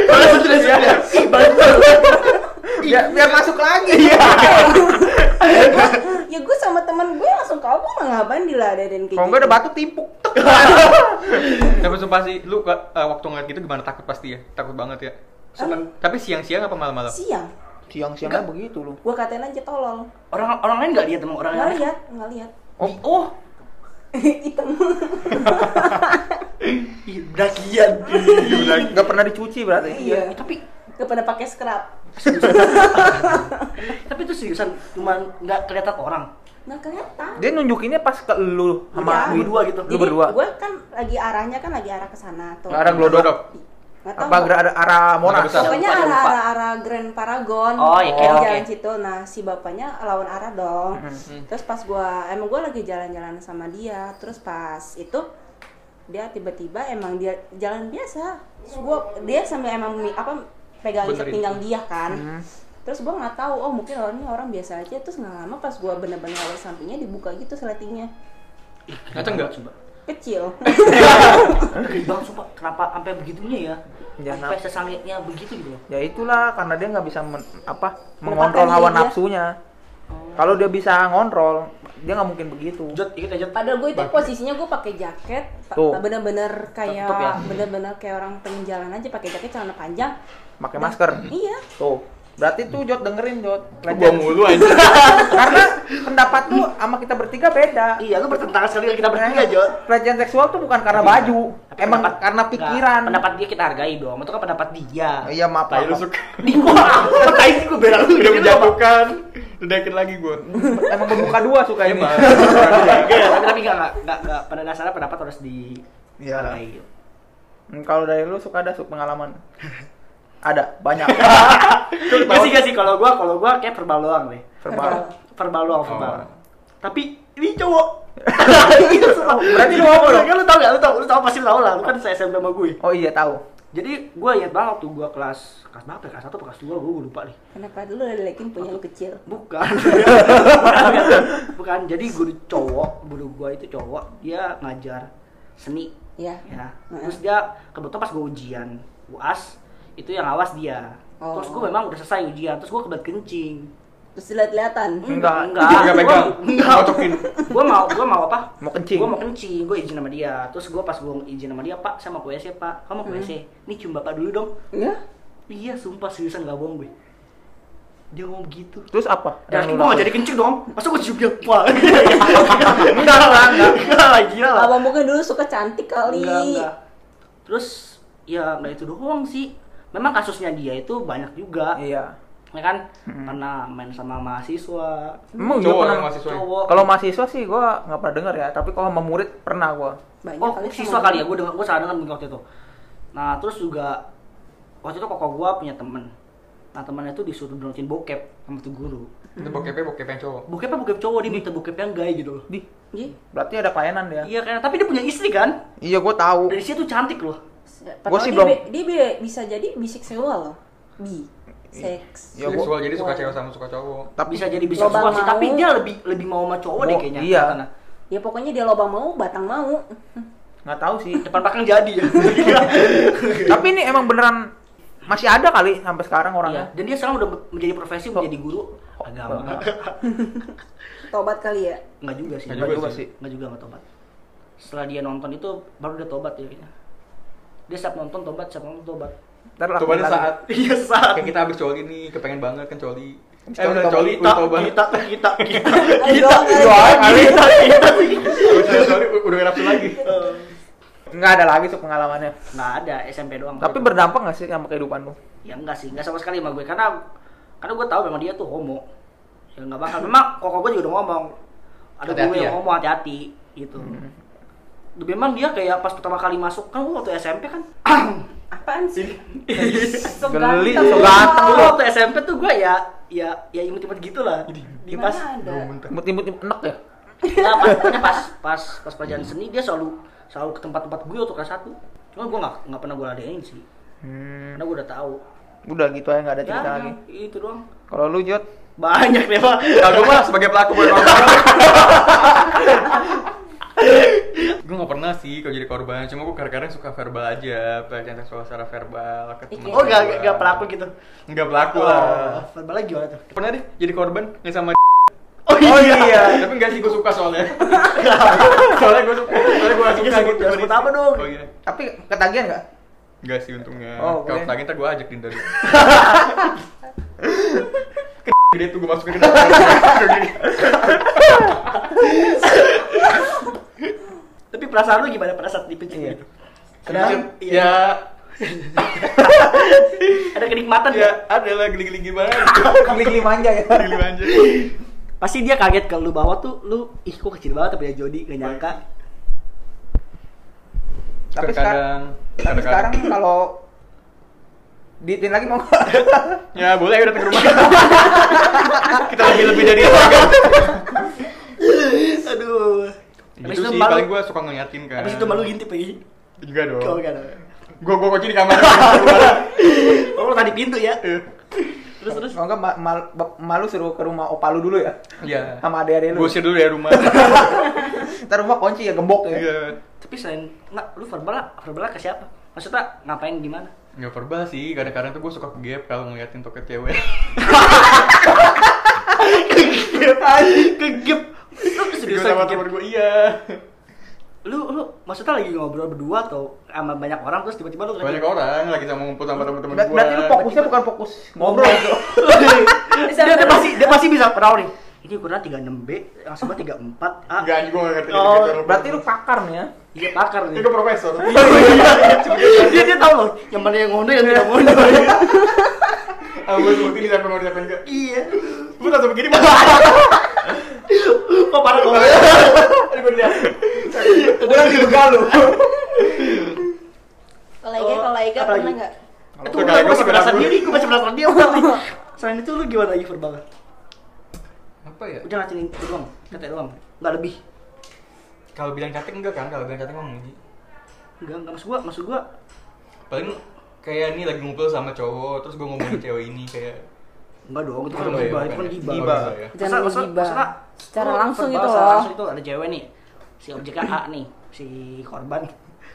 Langsung sudah sudah. Ih, bantu.
biar, biar masuk lagi. Iya.
ya gue sama teman gue langsung kabur lah ngapain diladenin kayak gitu?
Kalau enggak ada batu timpuk.
Tapi sumpah sih, lu eh, waktu ngeliat gitu gimana takut pasti ya, takut banget ya.
Seneng.
Tapi siang-siang apa malam-malam?
Siang.
Siang-siangnya begitu lu.
Gue katain aja tolol.
Orang orang lain nggak lihat emang orang
Nggak
lain.
lihat, nggak lihat.
Oh, oh.
Hitam.
Ih, dakian.
Enggak pernah dicuci berarti.
iya.
Tapi
Gak pernah pakai scrub.
tapi itu seriusan cuman nggak kelihatan orang.
Nggak kelihatan.
Dia nunjukinnya pas ke lu
Iya.
sama
Berdua gitu.
Lu berdua.
Gue kan lagi arahnya kan lagi arah ke sana tuh.
Arah glodok.
Nggak tahu
Apa
gua-
gra- ada arah Monas?
besar.
Pokoknya
Lupa,
arah
lupa.
arah arah Grand Paragon.
Oh, iya, oke,
Di
oke. Mm-hmm,
jalan situ. Nah, si bapaknya lawan arah dong. Terus pas gua emang gua lagi jalan-jalan sama dia, terus pas itu dia tiba-tiba emang dia jalan biasa. Terus gua dia sambil emang mi- apa pegang
Benerin.
pinggang dia kan.
Mm-hmm.
Terus gua nggak tahu, oh mungkin orang ini orang biasa aja. Terus nggak lama pas gua bener-bener lewat sampingnya dibuka gitu seletingnya
Ngaceng nggak?
Sumpah.
kecil.
Geli banget sumpah. Kenapa sampai begitunya ya?
Jangan.
Sampai sesangitnya begitu gitu. loh.
Ya itulah karena dia nggak bisa men- apa
Menempatkan
mengontrol hawa
diri dia.
nafsunya. Kalau dia bisa ngontrol, dia nggak mungkin begitu.
Jod, ikut aja.
Padahal gue itu posisinya gue pakai jaket, pa-
Tuh.
bener-bener kayak
Tertutup ya.
bener-bener kayak orang pengen jalan aja pakai jaket celana panjang.
Pakai masker.
Iya.
Tuh. Berarti tuh Jot dengerin Jot.
Gua
Legend.
mulu anjir.
Karena pendapat tuh sama kita bertiga beda.
Iya, lu bertentangan sekali dengan kita bertiga, Jod.
Iya, Pelecehan seksual tuh bukan karena baju,
Iya, Tapi
emang
pendapat-
karena
nggak,
pikiran.
pendapat dia kita hargai dong. Itu kan pendapat dia.
Iya maaf.
Tai lu
maaf.
suka.
Di gua, apa sih gua berak lu
Udah
gitu loh.
menjatuhkan. Ledakin lagi gua.
Emang berbuka dua suka ini.
Emang.
Iya, tapi tapi nggak nggak- nggak nggak pada dasarnya pendapat harus di gitu.
Iya.
hargai.
Hmm, Kalau dari lu suka ada suka pengalaman? ada banyak.
Iya,
Iya
Gak sih gak sih kalau gua kalau gua kayak verbal doang deh.
Verbal.
Verbal doang verbal.
Oh.
Tapi ini cowok. itu
Oh,
semua. Iya,
Berarti lu apa dong?
Kan lu tau gak? Lu tau, lu tau pasti lu tau lah. Lu kan saya SMP sama gue.
Oh iya tahu.
Jadi gue ingat banget tuh gue kelas kelas berapa ya? Kelas 1 atau kelas 2 gue lupa nih.
Kenapa dulu lelekin punya lu kecil?
Bukan. Bukan. Jadi guru cowok, guru gue itu cowok, dia ngajar seni
Ya.
ya. Terus dia kebetulan pas gue ujian UAS itu yang awas dia.
Oh.
Terus gue memang udah selesai ujian, terus gue kebelet kencing.
Terus lihat-lihatan.
Enggak, enggak.
Enggak pegang.
Gua- Enggak.
Cocokin.
Gue mau, gue mau apa?
Mau kencing.
Gue mau kencing, gue izin sama dia. Terus gue pas gue izin sama dia, Pak, saya mau ke WC, Pak. Kamu mau ke WC? Nih cium bapak dulu dong.
Ya.
Iya, sumpah seriusan gak bohong gue. Dia ngomong gitu.
Terus apa? Yang
Dan gue
lu
gak
lakuin?
jadi kencing dong. Masa gue cium dia? Wah.
Enggak lah, enggak.
Enggak lah, gila lah.
Abang mungkin dulu suka cantik kali.
Enggak, enggak. Terus ya nggak itu doang sih. Memang kasusnya dia itu banyak juga.
Iya.
Ya kan? Pernah main sama mahasiswa.
Emang
Cowok
gua
yang
pernah-
mahasiswa.
Cowok.
Hmm,
Oh,
Kalau mahasiswa sih gua nggak pernah dengar ya, tapi kalau sama murid pernah gua.
Banyak
Oh,
kali
siswa kali ya, gue dengar, gue salah dengar mungkin waktu itu. Nah, terus juga waktu itu koko gue punya temen. Nah, temannya tuh disuruh downloadin bokep sama tuh guru.
Itu bokepnya bokep yang cowok.
Bokepnya bokep cowok, dia minta bokep yang gay gitu loh.
Di,
Iya.
berarti ada pelayanan dia.
Iya kan, tapi dia punya istri kan?
Iya, gua tahu.
Dan istrinya tuh cantik loh.
Gua
Padahal
sih
dia,
belum-
bi- dia bi- bisa jadi biseksual loh. Bi.
Iya.
Seks.
Ya,
Seksual
gua-
jadi suka cewek sama suka cowok.
Tapi
bisa jadi bisa suka
lobang
sih,
mau.
tapi dia lebih lebih mau sama cowok deh
Mau,
kayaknya.
iya.
Karena
Ya pokoknya dia lobang mau, batang mau.
nggak tahu sih.
Depan belakang jadi ya.
tapi ini emang beneran masih ada kali sampai sekarang
Iya. Oh.
orangnya.
Dan dia sekarang udah menjadi profesi, menjadi guru agama.
Tobat kali ya.
Enggak juga sih.
Nggak
Nggak juga sih.
Nggak juga nggak tobat. Setelah dia nonton itu baru dia tobat ya kayaknya. Dia setiap nonton tobat, setiap nonton tobat.
Ntar lah.
Coba ada
lagi.
saat
Iya saat.
kayak kita habis coli nih, kepengen banget kan coli. Eh,
Coli
udah
tobat.
coli,
Kita,
udah tobat.
kita, kita, kita,
Ayo,
kita,
ayo.
kita, kita,
Udah coli, udah nggak nafsu lagi.
Nggak ada lagi tuh pengalamannya.
Nggak ada SMP doang.
Tapi berdampak nggak sih sama kehidupan lu?
ya enggak sih, enggak sama sekali sama gue karena karena gue tahu memang dia tuh homo. Ya enggak bakal. Memang koko gue juga udah ngomong. Ada
Hati-hati
gue yang
ya? Hmm.
homo hati-hati gitu. Memang dia kayak pas pertama kali masuk kan gue waktu SMP kan
Apaan sih? So
Geli,
ganteng.
so ganteng
Dulu
lu.
waktu SMP tuh gue ya ya ya imut-imut gitu lah. Di
Gimana
pas
ada?
Imut-imut enak ya?
nah, pas, pokoknya pas pas pas pelajaran seni dia selalu selalu ke tempat-tempat gue waktu kelas 1. Cuma gue nggak nggak pernah gue ladenin sih.
Hmm,
Karena gue udah tahu.
udah gitu aja nggak ada
Ya,
cerita lagi.
itu doang.
Kalau lu Jod,
Banyak deh, Pak.
Kalau gue mah sebagai pelaku bukan gue gak pernah sih kalau jadi korban, cuma gue kadang-kadang suka verbal aja, pelecehan seksual secara verbal ke teman
Oh, enggak enggak pelaku gitu. Oh.
Gak pelaku
Wah,
lah
verbal lagi gimana tuh?
Pernah deh jadi korban, gak sama
Oh
Tapi gak sih gue suka soalnya Soalnya gue suka, soalnya gue
Iya,
suka
sebut-
gitu
sebut apa dong?
Oh, iya.
tapi ketagihan nggak?
Enggak sih untungnya.
Oh,
Kalau
boleh.
lagi ntar gue ajakin dari. Ke gede tuh gue masukin ke dalam.
Tapi perasaan lu gimana pada saat dipijit
Iya.
gitu? Iya.
Dan
Kenapa?
ya
Ada
Kan
kenikmatan
ya
ya?
adalah geli-geli gimana?
Geli-geli manja ya.
Geli manja.
Pasti dia kaget kalau lu bawa tuh lu ih kok kecil banget tapi ya Jody gak nyangka.
Tapi sekarang,
Kadang-kadang.
tapi
kadang-kadang.
sekarang kalau diitin lagi mau nggak?
ya boleh udah ke rumah. Kita lebih lebih dari itu kan.
Aduh. Habis
Gitu
itu
sih
malu-
paling gue suka ngeliatin kan.
Habis itu malu gintip lagi.
Enggak dong.
Kau kan.
Gue gue kunci di kamar.
Oh, lu tadi pintu ya.
Iya.
Terus terus.
Kalau nggak ma- mal- bap- malu suruh ke rumah opa lu dulu ya?
Iya.
Sama adik-adik lu.
Gue usir dulu dari rumah.
Ntar rumah kunci ya gembok ya.
Iya.
Tapi selain nggak lu verbal lah- verbal lah ke siapa? Maksudnya ngapain gimana?
Nggak verbal sih, kadang-kadang tuh gue suka gap kalau ngeliatin toket cewek
Kegep. Lu
Gue
seriusan
sama
kegep?
temen gue, iya
Lu lu maksudnya lagi ngobrol berdua atau sama banyak orang terus tiba-tiba lu
Banyak orang lagi sama ngumpul sama temen-temen
Ber-
gue
berarti lu fokusnya bukan fokus ngobrol gitu.
dia, dia pasti dia pasti bisa perahu nih. Ini ukuran 36B, yang sama 34 A.
Enggak, gue nggak ngerti
Oh,
Berarti lu Iya. pakar nih ya.
Iya pakar
Ini
nih.
gue profesor Iya.
dia dia tahu loh yang mana yang ngono yang tidak ngono.
Ah, gue sebutin siapa mau siapa enggak
iya.
Gue langsung begini, Mas
Kok parah kok.
Aduh, gue liat
Udah lagi begal lu.
Kalau Ega, kalau Ega
Apalagi?
pernah nggak?
Itu gue masih penasaran dia nih, gue masih penasaran dia. Selain itu lu gimana lagi verbal?
Apa ya?
Udah ngacinin itu doang, kata doang. Enggak lebih.
Kalau bilang cantik enggak kan, kalau bilang cantik mah muji
Enggak, enggak maksud gua, maksud gua
Paling kayak ini lagi ngumpul sama cowok terus gue ngomongin cewek ini kayak
Enggak dong, itu kan
Bukan
gibah,
ya,
itu kan
bukan ya.
gibah.
Gibah. ya.
Jangan
Masa- masa-
gibah.
masa-
Secara
masa-
langsung
masa-
gitu
masa-
loh.
langsung itu ada cewek nih. Si objeknya A nih, si korban.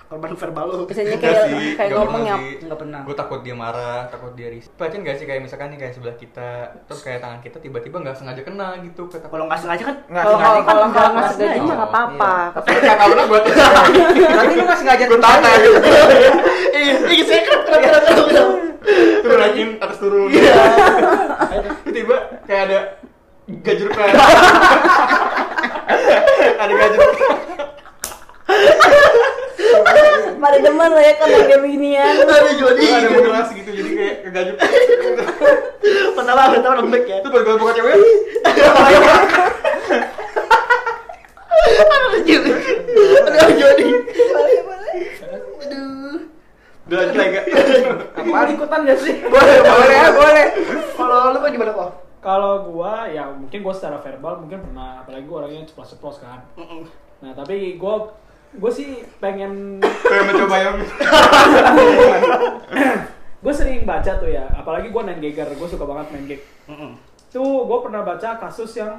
Korban verbal lu.
Biasanya kayak
Enggak sih,
kayak
enggak
ngomong
pernah
ya.
sih.
Enggak pernah.
gue takut dia marah takut dia risih pelecehan gak sih kayak misalkan nih kayak sebelah kita terus kayak tangan kita tiba-tiba nggak sengaja kena gitu kata
Kalau nggak sengaja kan
Nggak
Kalau
sengaja
kalau
kan
kalau nggak
nggak
ngasih gaji
sengaja.
mah nggak apa-apa.
tapi nggak tahu lah buat
Berarti lu nggak sengaja
gue tanya
Iya, iya, saya kerap kerap kerap kerap kerap.
turun lagi atas turun
Iya.
Terus tiba kayak ada gajur kayak ada gajur
Pada demen lo ya kan lagi beginian.
Aduh, jadi.
ada mutilasi gitu jadi kayak ke gajur
Pertama, pertama lembek ya.
itu baru gue buka cewek
Aduh, jadi. Aduh, jadi. Aduh.
udah lanjut lagi Kak.
Apaan?
ikutan gak sih?
Boleh, boleh, boleh.
Kalau lu kan gimana kok?
Kalau gua ya mungkin gua secara verbal mungkin pernah apalagi gua orangnya ceplos-ceplos kan. Nah, tapi gua gua sih pengen
kayak mencoba yang
gue sering baca tuh ya apalagi gue main gigger gue suka banget main gig tuh gue pernah baca kasus yang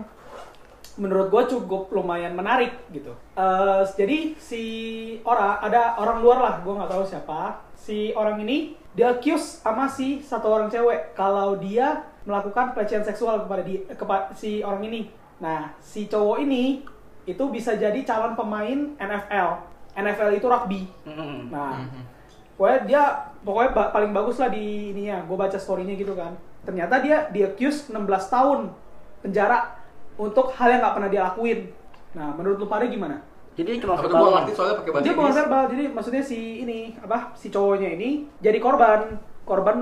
menurut gue cukup lumayan menarik gitu Eh, jadi si orang ada orang luar lah gue nggak tahu siapa si orang ini dia accuse sama si satu orang cewek kalau dia melakukan pelecehan seksual kepada dia kepa- si orang ini nah si cowok ini itu bisa jadi calon pemain NFL NFL itu rugby nah pokoknya dia pokoknya ba- paling bagus lah di ininya gue baca storynya gitu kan ternyata dia di accuse 16 tahun penjara untuk hal yang nggak pernah dia lakuin nah menurut lu pada gimana
Jadi cuma
apa tuh gue
verbal.
ngerti soalnya pakai bahasa
dia bukan
Inggris.
verbal jadi maksudnya si ini apa si cowoknya ini jadi korban korban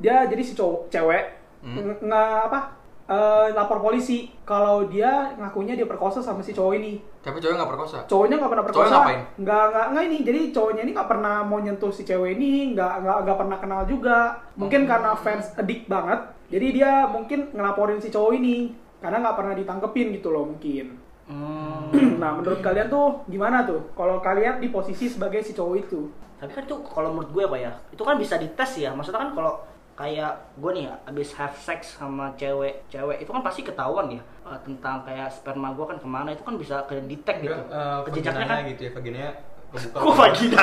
dia jadi si cowok cewek nge- nge- apa eh, lapor polisi kalau dia ngakunya dia perkosa sama si cowok ini
tapi cowok nggak perkosa
cowoknya nggak pernah
Cowoknya
perkosa
ngapain?
nggak nggak nggak ini jadi cowoknya ini nggak pernah mau nyentuh si cewek ini nggak nggak nggak pernah kenal juga mungkin
Oh.
karena fans edik banget jadi dia mungkin ngelaporin si cowok ini karena nggak pernah ditangkepin gitu loh mungkin
Hmm.
nah menurut kalian tuh gimana tuh kalau kalian di posisi sebagai si cowok itu
tapi kan itu kalau menurut gue apa ya itu kan bisa dites ya maksudnya kan kalau kayak gue nih abis have sex sama cewek cewek itu kan pasti ketahuan ya eh, tentang kayak sperma gue kan kemana itu kan bisa ke detect gitu
Enggak, eh,
ke jejaknya
vaginanya
kan
gitu ya vaginanya kebuka
kok vagina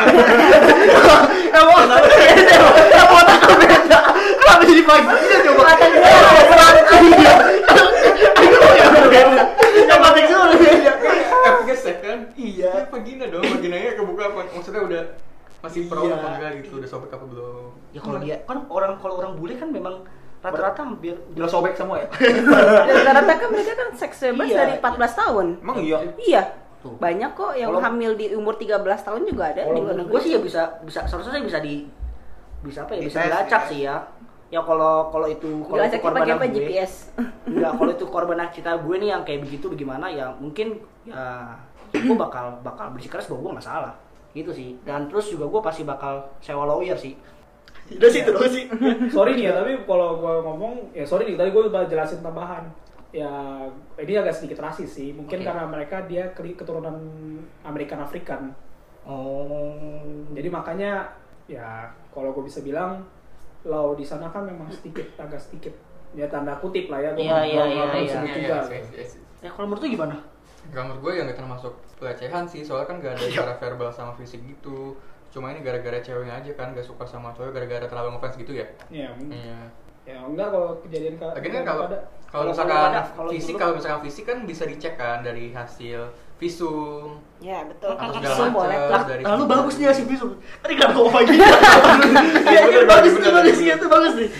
emang beda emang otak lu beda kenapa jadi vagina coba kata gue otak gue beda
Eh, gesek kan iya vagina dong vaginanya kebuka apa maksudnya udah masih pro
Iya.
apa enggak gitu udah sobek apa belum
ya kalau dia kan orang kalau orang bule kan memang rata-rata hampir
Udah sobek semua ya?
Rata-rata kan mereka kan seks bebas
Iya.
dari 14 tahun.
Emang iya?
Iya.
Tuh.
Banyak kok yang
Kalau-
hamil di umur 13 tahun juga ada di
kalau
luar
menurut
negeri.
gue sih ya bisa bisa seharusnya sih bisa di bisa apa ya bisa
Dites,
dilacak
dites.
sih ya ya kalau kalau itu kalau itu
Dilacaknya pakai
korban ya.
apa
gue
GPS?
enggak kalau itu korban cita gue nih yang kayak begitu bagaimana ya mungkin ya gue bakal bakal bersikeras bahwa gue nggak salah gitu sih dan terus juga gue pasti bakal sewa lawyer sih udah sih terus sih
sorry nih ya tapi kalau gue ngomong ya sorry nih tadi gue udah jelasin tambahan ya ini agak sedikit rasis sih mungkin
Oke.
karena mereka dia ke- keturunan American African
oh
jadi makanya ya kalau gue bisa bilang law di sana kan memang sedikit agak sedikit ya tanda kutip lah ya gue
Iya, iya, iya, iya.
sebut
Iya,
juga
iya, iya, iya, iya.
ya kalau menurut lu gimana
Gambar gue ya nggak termasuk pelecehan sih, soalnya kan gak ada
Iya.
cara verbal sama fisik gitu. Cuma ini gara-gara ceweknya aja kan gak suka sama cowok gara-gara terlalu ngefans gitu ya.
Iya,
Hmm.
mungkin.
Iya.
ya enggak kalau kejadian
Lagian
ka-
kan
kejadian
kalau
ada.
kalau
Kalau-
misalkan
kalau ada, kalau
fisik
dulu-
kalau misalkan fisik kan bisa dicek kan dari hasil visum
Ya, betul.
atau segala
Visum
macam,
boleh tuh.
Lah,
dari
lalu
situ.
bagus nih si bisu tadi kenapa ngomong pagi ya ini bagus nih bagus nih itu bagus nih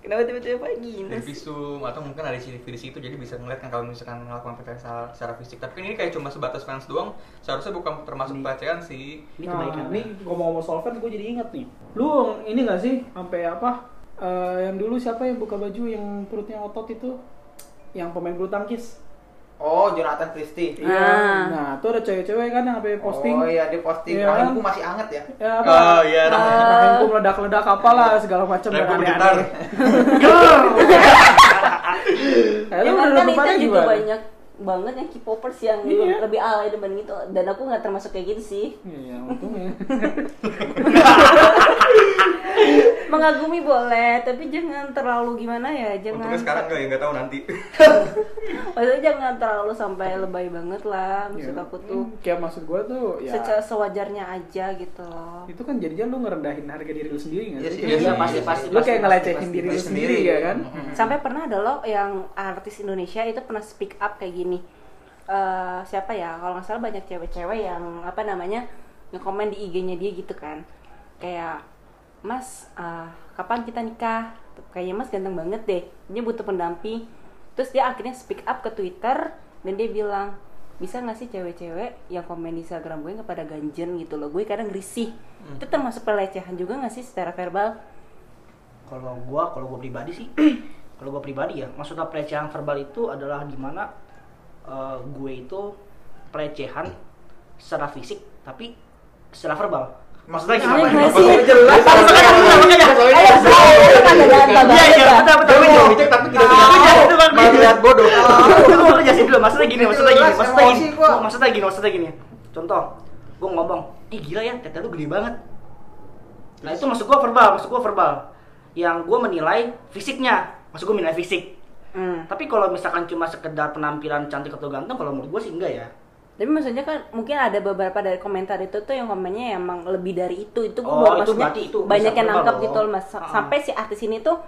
Kenapa tiba-tiba pagi?
dari visum atau mungkin ada di di situ jadi bisa ngeliat kan kalau misalkan melakukan pelecehan secara, secara fisik tapi kan ini kayak cuma sebatas fans doang seharusnya bukan termasuk pelecehan sih
ini
nah,
kebaikan
ini ngomong-ngomong soal fans gue jadi inget nih lu ini nggak sih sampai apa eh, yang dulu siapa yang buka baju yang perutnya otot itu yang pemain bulu tangkis
Oh, Jonathan Christie.
Iya.
Ah.
Nah, tuh ada cewek-cewek kan yang sampai posting.
Oh iya, dia posting.
Iya, kan?
Rahimku masih anget ya?
Ya, apa?
oh iya nah.
rahimku meledak-ledak apalah segala macam
Rap
dan
gue bergetar.
aneh-aneh.
Go!
Nah,
Ya
lu
kan
menurut
kan
lu pada
itu juga
gimana?
gitu banyak banget yang K-popers yang
Iya.
lebih alay dibanding itu dan aku nggak termasuk kayak gitu sih
Iya, untungnya.
mengagumi boleh tapi jangan terlalu gimana ya jangan
Untungnya sekarang nggak ya nggak tahu nanti.
maksudnya jangan terlalu sampai lebay banget lah maksud aku tuh
Hmm, Kayak maksud gue tuh ya
secara sewajarnya aja gitu loh
itu kan jadinya lu ngerendahin harga diri lu sendiri nggak
Iya
sih?
sih,
Iya,
Iya,
pasti
iya.
pasti.
Lu
pasti,
kayak
pasti,
ngelecehin
pasti.
diri lu
Diri
sendiri
sendiri.
ya kan?
sampai pernah ada loh yang artis Indonesia itu pernah speak up kayak gini Eh, siapa ya kalau nggak salah banyak cewek-cewek yang apa namanya ngekomen di IG-nya dia gitu kan kayak Mas ah, kapan kita nikah kayaknya Mas ganteng banget deh dia butuh pendamping terus dia akhirnya speak up ke Twitter dan dia bilang bisa nggak sih cewek-cewek yang komen di Instagram gue kepada ganjen gitu loh gue kadang risih itu termasuk pelecehan juga nggak sih secara verbal
Kalau gua, kalau gua pribadi sih, kalau gua pribadi ya, maksudnya pelecehan verbal itu adalah dimana eh, gue itu pelecehan secara fisik, tapi secara verbal. Maksudnya
Aneh
gimana?
nggak sih?
jelas
Maksudnya kan enggak, makanya.
Ayo, saya itu kan ada
Iya,
data banget
iya,
ya.
betul, betul,
Tapi jauh
betul.
tapi tidak
Tahu, jauh, Bang.
tidak. Malah dilihat bodoh.
Tunggu, aku jelasin dulu. Maksudnya gini, maksudnya gini,
Jelas,
maksudnya
emosi
gini.
gua.
Nggak, Maksudnya gini, maksudnya gini. Contoh, gue ngomong, "Ih, gila ya, tete lu gede banget." Nah, itu maksud gua verbal, maksud gua verbal. Yang gua menilai fisiknya. Maksud gua menilai fisik.
Hmm.
Tapi kalau misalkan cuma sekedar penampilan cantik atau ganteng, kalau menurut gua sih enggak ya.
Tapi maksudnya kan mungkin ada beberapa dari komentar itu tuh yang komennya emang lebih dari itu. Itu gua
Oh,
bawa-
itu
maksudnya
berarti itu
banyak
bisa
yang
verbal
nangkep
dong.
gitu loh Mas. Sa-
Ah.
Sampai si artis ini tuh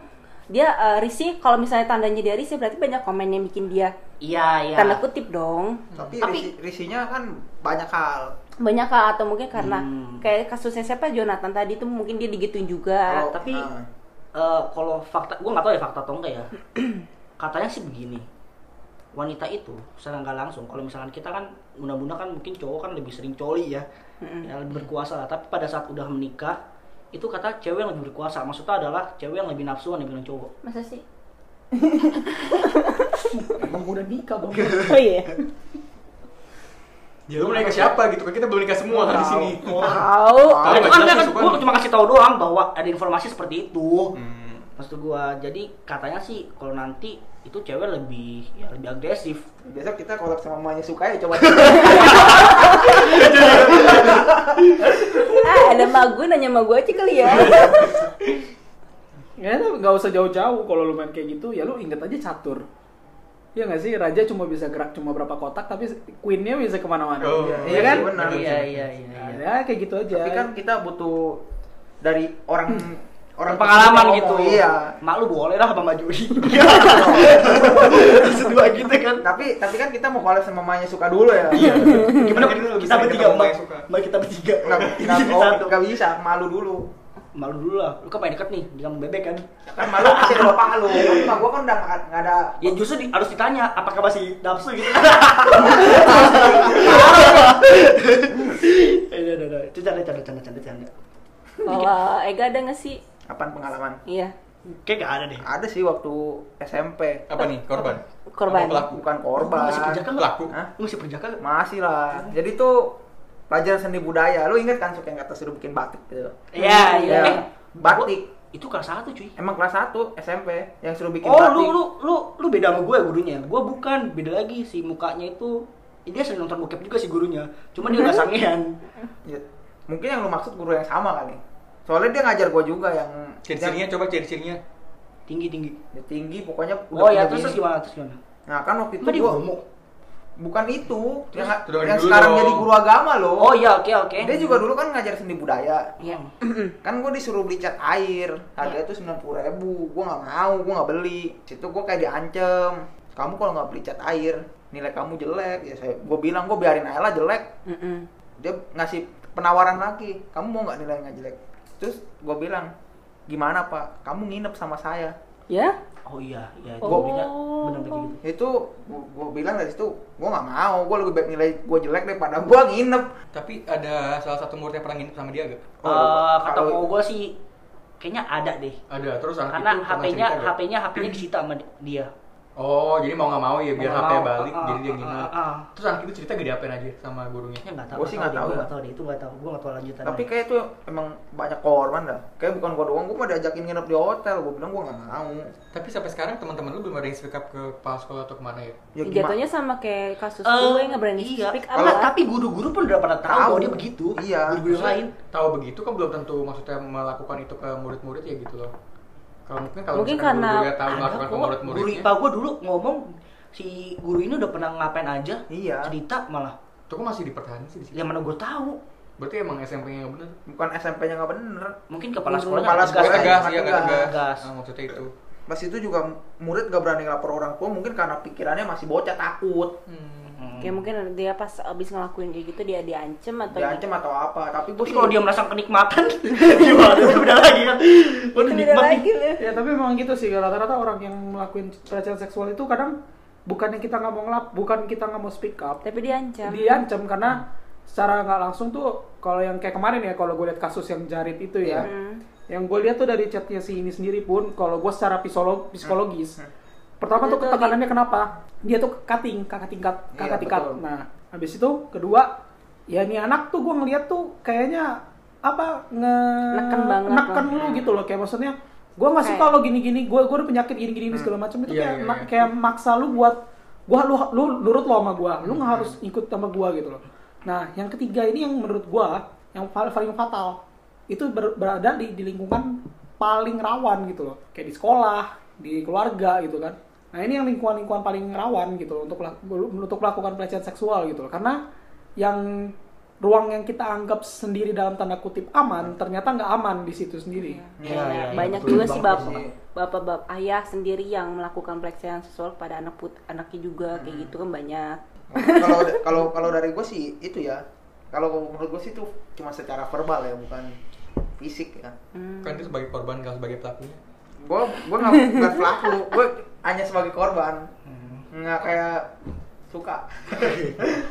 dia eh, risih kalau misalnya tandanya dia risih berarti banyak komen yang bikin dia
Iya, iya.
tanda kutip dong.
Tapi,
Tapi-
risi- risinya kan banyak hal.
Banyak kah atau mungkin karena
Hmm.
kayak kasusnya siapa Jonathan tadi tuh mungkin dia digituin juga.
Kalau-
Ya, tapi
ah.
eh, kalau fakta, gua nggak tahu ya fakta atau enggak ya. Katanya sih begini, wanita itu secara nggak langsung. Kalau misalkan kita kan mudah-mudahan kan mungkin cowok kan lebih sering coli ya, ya lebih berkuasa lah. Tapi pada saat udah menikah itu kata cewek yang lebih berkuasa. Maksudnya adalah cewek yang lebih nafsuan dibanding cowok.
Masa sih?
Emang udah nikah bang.
Oh iya.
Ya lu mau nikah siapa gitu kan kita belum nikah semua di sini.
Tahu.
Tahu,
Nah, itu
nggak
kan,
jelas
kan
itu kan.
gue cuma kasih tahu doang bahwa ada informasi seperti itu.
Hmm.
Maksud gua, jadi katanya sih kalau nanti itu cewek lebih ya lebih agresif.
Besok kita kolab sama mamanya suka ya coba.
Ah, ada mak gue nanya sama gue aja kali ya.
Ya tapi nggak usah jauh-jauh kalau lu main kayak gitu ya lu inget aja catur. Iya nggak sih raja cuma bisa gerak cuma berapa kotak tapi queennya bisa kemana-mana.
Oh,
iya
iya kan?
sih, benar.
Iya iya iya. iya.
Ya kayak gitu aja.
Tapi kan kita butuh dari orang
orang pengalaman
ngomong,
gitu.
Iya.
Mak lu boleh lah sama Mbak Juli. Maksud gua gitu kan.
Tapi tapi kan kita mau kolab sama mamanya suka dulu ya. Iya.
Gimana
Jadi lu
kita
bisa
bertiga,
ketemu
Mbak.
yang suka.
Mbak kita bertiga.
Nggak
Jadi
oh,
satu.
nggak bisa, malu dulu.
Mak lu dulu lah. Lu kan paling deket nih di kampung bebek kan.
Kan malu masih ada bapak lu. Kan emak gua kan udah nggak nggak ada
Ya Iya, justru di- harus ditanya apakah masih nafsu gitu. Iya, iya, iya. Itu canda, canda, canda, canda, canda.
Kalau Ega ada nggak sih?
apaan pengalaman.
Iya.
Kayak gak ada deh.
Ada sih waktu SMP,
Apa nih korban?
Korban.
Apa pelaku?
bukan
Lu masih
korban.
perjaka nggak?
Pelaku.
Hah?
Lu masih perjaka nggak?
Masih lah. Jadi tuh pelajaran seni budaya. Lu inget kan suka yang kata suruh bikin batik gitu.
Iya, iya.
Iya.
Eh,
Batik.
gua- Itu kelas satu cuy.
Emang kelas 1 SMP yang suruh bikin
oh
batik.
lu lu lu lu beda sama gue gurunya gue bukan beda lagi si mukanya itu eh, dia sering nonton bokep juga si gurunya cuman dia udah sangean
Ya, mungkin yang lu maksud guru yang sama kali. Soalnya dia ngajar gua juga yang
Ciri-cirinya coba ciri-cirinya.
tinggi tinggi
yang tinggi pokoknya
oh ya
punya
terus, terus
gini.
gimana terus gimana
Nah, kan waktu itu
Emang dia
gua
homo?
bukan itu yang,
Udah dari
yang
dulu
sekarang
dong.
jadi guru agama loh.
oh iya oke oke
Dia juga dulu kan ngajar seni budaya.
Iya.
Kan gua disuruh beli cat air, harganya tuh sembilan puluh ribu. Gue nggak mau, gua nggak beli. Situ gua kayak diancem. Kamu kalau nggak beli cat air, nilai kamu jelek. Ya saya, gue bilang gue biarin aja lah jelek.
Mm-mm.
dia ngasih penawaran lagi kamu mau nggak nilai nggak jelek terus gue bilang gimana pak kamu nginep sama saya
Ya?
oh iya iya itu
Oh.
beda benar kayak gitu
itu gue bilang dari situ gue nggak mau gue lebih baik nilai gue jelek daripada gue nginep
Tapi ada salah satu murid yang pernah nginep sama dia gak?
Oh,
Eh, kata
kalau-
mau gue sih kayaknya ada deh
Ada, terus anak
karena
itu pernah
HP-nya
cerita nggak?
HP-nya HP-nya disita sama dia
Oh, jadi mau nggak mau ya biar
Mau nggak
HP
mau,
balik,
ah,
jadi dia
ah,
gini.
ah, ah.
Terus anak itu cerita gede apa aja sama gurunya?
Ya nggak tahu.
Gua sih nggak tahu
Gue
ya.
nggak tahu deh. Itu nggak tahu. Gue nggak tahu lanjutan.
Tapi kayak itu emang banyak korban dah. Kayak bukan gua doang, gua mau diajakin nginep di hotel, gua bilang gua nggak mau.
Tapi sampai sekarang teman-teman lu belum ada yang speak up ke kepala sekolah atau kemana ya?
Ya gimana?
Jatuhnya sama
Eh,
kayak kasus gue nggak berani
iya.
speak up kan?
Kalau-
lah.
tapi guru-guru pun udah pada tahu
Tahu.
bahwa dia begitu.
Iya.
Guru-guru yang lain.
Tahu begitu kan belum tentu maksudnya melakukan itu ke murid-murid ya gitu loh. Kalau mungkin kalau
Mungkin
misalkan
karena
guru-gurunya tahu
Ada
melakukan ke
kok. Guru
murid-muridnya,
IPA gue dulu ngomong si guru ini udah pernah ngapain aja.
Iya.
Cerita malah.
itu kok masih dipertahankan sih di situ.
Yang mana gue tahu.
Berarti emang SMP-nya nggak benar.
bukan SMP-nya nggak bener.
Mungkin kepala
Guru-
sekolahnya gitu.
kepala
nggak
sekolah
Gak
tegas.
tegas,
nggak
iya nggak
tegas.
tegas.
Tegas.
Nah, maksudnya itu.
Pas itu juga murid gak berani ngelapor orang tua mungkin karena pikirannya masih bocah takut.
Hmm.
Ya,
Kayak mungkin dia pas abis ngelakuin kayak gitu dia diancem atau
Diancam atau apa. Tapi gua
Tapi
sih
kalau dia merasa kenikmatan, gimana? Itu beda lagi kan. Waduh,
Itu beda
nikmat nih.
lagi ya.
Ya tapi memang gitu sih rata-rata orang yang melakukan pelecehan seksual itu kadang bukannya kita nggak mau ngelap, bukan kita nggak mau speak up,
Tapi diancam.
diancam karena secara nggak langsung tuh kalau yang kayak kemarin ya kalau gue lihat kasus yang jarit itu ya,
Hmm.
yang gue lihat tuh dari chatnya si ini sendiri pun kalau gue secara psikolog- psikologis,
Eh,
pertama
Itu
tuh
tuh
ketekanannya kenapa? Dia tuh cutting, kakak tingkat, kakak
Iya,
tingkat.
betul.
Nah, habis itu kedua, ya nih anak tuh gue ngeliat tuh kayaknya apa nge
Neken banget
neken
lah.
lu gitu loh kayak maksudnya gue nggak suka
Kayak-
lo gini-gini gue gue udah penyakit gini-gini ini segala macam itu
Iya,
kayak
iya,
ma-
iya.
kayak maksa lu buat gue lu lu nurut lo sama gue lu nggak harus ikut sama gue gitu loh nah yang ketiga ini yang menurut gue yang pal- paling fatal itu ber- berada di, di lingkungan paling rawan gitu loh kayak di sekolah di keluarga gitu kan nah ini yang lingkungan-lingkungan paling rawan gitu loh untuk lak- untuk melakukan pelecehan seksual gitu loh karena yang ruang yang kita anggap sendiri dalam tanda kutip aman ternyata nggak aman di situ sendiri
Iya, iya, iya,
banyak
betul
juga
banget
sih
sih.
bapak bapak bapak ayah sendiri yang melakukan pelecehan seksual pada anak put anaknya juga kayak gitu kan banyak
kalau kalau kalau dari gue sih itu ya kalau menurut gue sih itu cuma secara verbal ya bukan fisik ya
Hmm.
Kan itu sebagai korban kalau sebagai pelakunya.
gue gue nggak bukan pelaku gue hanya sebagai korban nggak kayak suka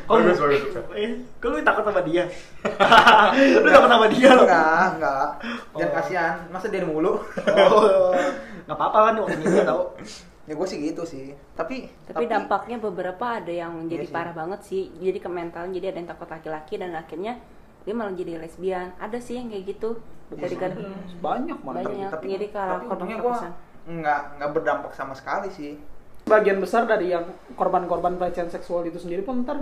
Bagus, bagus, bagus.
Eh, kok lu takut sama dia? lu takut sama dia Oh. lo?
enggak enggak dan kasihan masa dia mulu
Oh, nggak apa-apa kan waktu itu nggak tahu.
ya gue sih gitu sih tapi
tapi dampaknya beberapa ada yang jadi
sih.
parah banget sih jadi ke mental jadi ada yang takut laki-laki dan akhirnya dia malah jadi lesbian ada sih yang kayak gitu
Iya
dari kan
Hmm.
banyak malah gitu.
banyak jadi ke arah
tapi
korban
untungnya gue
perkosaan
nggak nggak berdampak sama sekali sih
bagian besar dari yang korban-korban pelecehan seksual itu sendiri pun ntar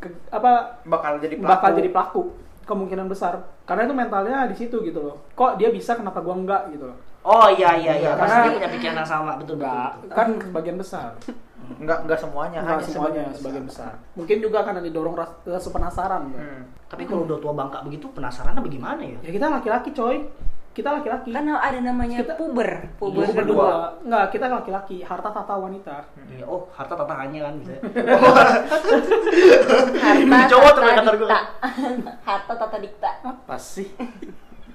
ke- apa
bakal jadi pelaku
bakal jadi pelaku kemungkinan besar karena itu mentalnya di situ gitu loh kok dia bisa kenapa gua enggak gitu loh
Oh iya iya iya,
Karena-
pasti dia punya pikiran yang sama, betul
enggak
betul. betul.
kan sebagian besar
nggak nggak semuanya
Enggak
hanya
semuanya
sebagian
sebagian
besar.
besar mungkin juga karena didorong ras- rasa penasaran kan.
Hmm.
Tapi kalau udah tua bangka begitu penasarannya bagaimana ya?
Iya.
ya kita laki-laki coy kita laki-laki
karena kan ada namanya
Kita-
puber
Gua
puber
berdua.
kedua
enggak kita laki-laki harta tata wanita
hmm.
Iya, Oh, harta tantangannya kan bisa.
harta
Cowok tuh
tata
kata gue.
dikta harta tata dikta
apa sih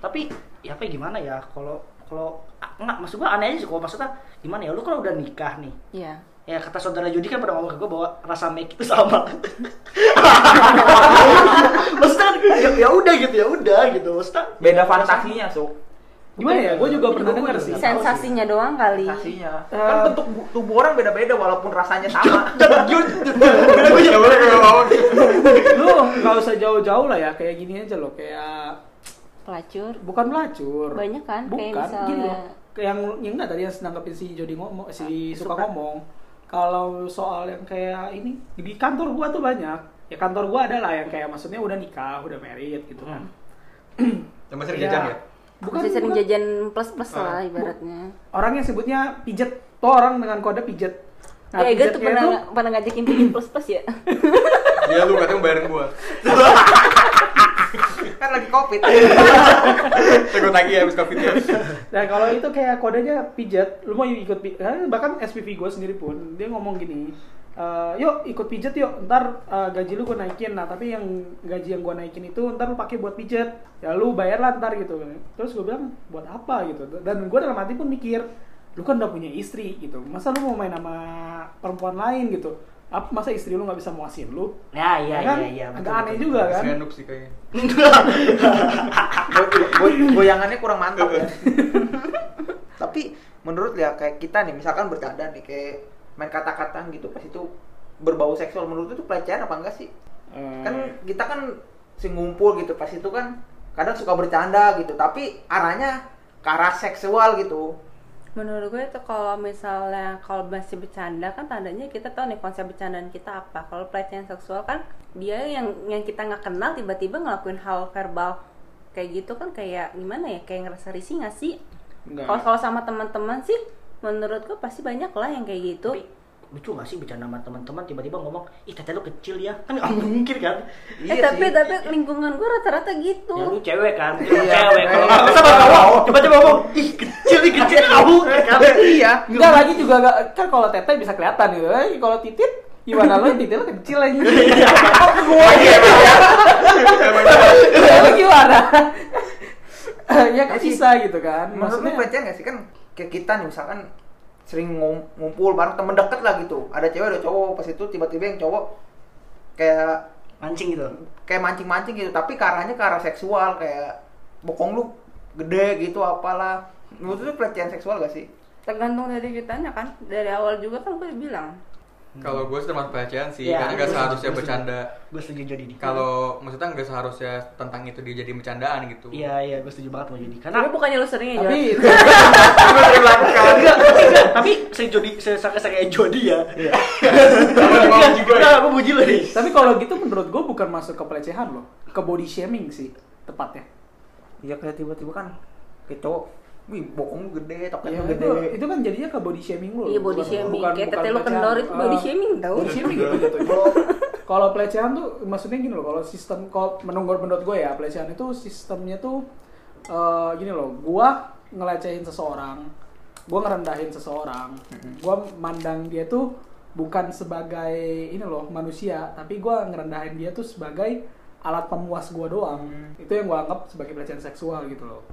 Tapi ya apa gimana ya kalau kalau ah, nggak maksud gua aneh aja sih kalau maksudnya gimana ya lu kalau udah nikah nih
ya
ya kata saudara Judi kan pernah ngomong ke gue bahwa rasa make itu sama maksudnya ya, ya udah gitu ya udah gitu maksudnya
beda fantasinya su
gimana ya gue juga
Tapi
pernah
juga gua
dengar
juga
sih
nggak tahu
sensasinya doang kali
fantasinya
Eh.
kan bentuk bu- tubuh orang beda-beda walaupun rasanya sama
Ya boleh, boleh, boleh.
lu nggak usah jauh-jauh lah ya kayak gini aja loh kayak
pelacur
bukan pelacur
Banyak kan,
bukan
kayak misalnya-
gini loh Kayak yang yang nggak tadi yang nanggapin si Jody ngomong si suka,
Suka.
ngomong kalau soal yang kayak ini di kantor gua tuh banyak ya kantor gua ada lah yang kayak maksudnya udah nikah udah married gitu kan
Yang masih
Iya.
jajan ya?
bukan,
Hmm. masih sering
bukan.
jajan plus plus lah
Ah.
ibaratnya
orang yang sebutnya pijet tuh orang dengan kode pijet Nah,
ya, Ega tuh
pijetnya
pernah
tuh-
pernah ngajakin bikin plus plus ya.
Dia Iya, lu katanya bayarin gua.
kan lagi covid
Saya tagih ya habis covid ya.
Kan?
Nah kalau itu kayak kodenya pijat, lu mau ikut pi- eh, bahkan SPV gue sendiri pun dia ngomong gini, "Eh, yuk ikut pijat yuk, ntar eh, gaji lu gue naikin, nah tapi yang gaji yang gue naikin itu ntar lu pakai buat pijat, ya lu bayar lah ntar gitu. Terus gue bilang buat apa gitu, dan gue dalam hati pun mikir, lu kan udah punya istri gitu, masa lu mau main sama perempuan lain gitu, Apa- masa istri lu nggak bisa muasin lu?
nah iya
kan?
iya iya
Agak aneh juga kan?
Saya noob sih kayaknya.
Go- go- goyangannya kurang mantap ya. Tapi menurut ya kayak kita nih misalkan bercanda nih kayak main kata-kataan gitu pas itu berbau seksual menurut lu itu pelecehan apa enggak sih? Kan
Eh,
kita kan si ngumpul gitu pas itu kan kadang suka bercanda gitu tapi arahnya ke arah seksual gitu.
Menurut gue itu kalau misalnya kalau masih bercanda kan tandanya kita tahu nih konsep bercandaan kita apa. Kalau pelecehan seksual kan dia yang yang kita nggak kenal tiba-tiba ngelakuin hal verbal kayak gitu kan kayak gimana ya kayak ngerasa risih nggak sih?
Enggak.
Kalau kalau sama teman-teman sih menurut gue pasti banyak lah yang kayak gitu.
Tapi lucu gak sih bercanda sama teman-teman tiba-tiba ngomong ih tete lu kecil ya kan nggak mungkin kan
eh
Iya
tapi tapi lingkungan gue rata-rata gitu.
ya lu cewek kan lu
Iya.
cewek kalau
Iya.
nggak sama cowok coba-coba ngomong ih kecil ih kecil nggak mungkin kan
iya.
Enggak lagi juga enggak kan kalau tete bisa kelihatan gitu. Eh, kalau titit gimana lu titiknya kecil aja. Apa gua Iya. ya? Iya, Lu gimana? ya kan bisa gitu kan.
Maksudnya pelecehan nggak sih kan kayak kita nih misalkan sering ngum- ngumpul bareng temen deket lah gitu. Ada cewek ada cowok pas itu tiba-tiba yang cowok kayak
mancing gitu
kayak mancing-mancing gitu tapi ke arahnya ke arah seksual kayak bokong lu gede gitu apalah menurut lu pelecehan seksual gak sih?
Tergantung dari kitanya kan. Dari awal juga kan gue bilang.
Kalau gue sih termasuk pelecehan sih,
Iya,
karena nggak
gua
seharusnya
setuju, gua
bercanda.
gue setuju jadi
Kalau maksudnya nggak seharusnya tentang itu dia jadi bercandaan gitu.
iya iya gue setuju banget mau jadi karena
Tapi bukannya lu sering ya?
Tapi
Jod?
Enggak,
kan?
enggak, tapi saya jadi saya sangat sangat jodi ya.
Iya.
Enggak, enggak, aku puji lu nih.
tapi kalau gitu menurut gua bukan masuk ke pelecehan loh, ke body shaming sih tepatnya.
Iya kayak tiba-tiba kan kayak cowok wih bokong lu gede,
Ya,
toketnya
Iya,
itu,
Iya, gede
itu kan jadinya ke body shaming lo.
Iya body shaming. Kayak tete lu kendor itu
Ah.
body
Ah.
shaming tau.
Body shaming gitu gitu. Kalau kalau pelecehan tuh maksudnya gini loh, kalau sistem kalau menurut menurut gue ya pelecehan itu sistemnya tuh eh, gini loh, gua ngelecehin seseorang, gua ngerendahin seseorang, gua mandang dia tuh bukan sebagai ini loh manusia, tapi gua ngerendahin dia tuh sebagai alat pemuas gua doang. Itu yang gua anggap sebagai pelecehan seksual gitu loh.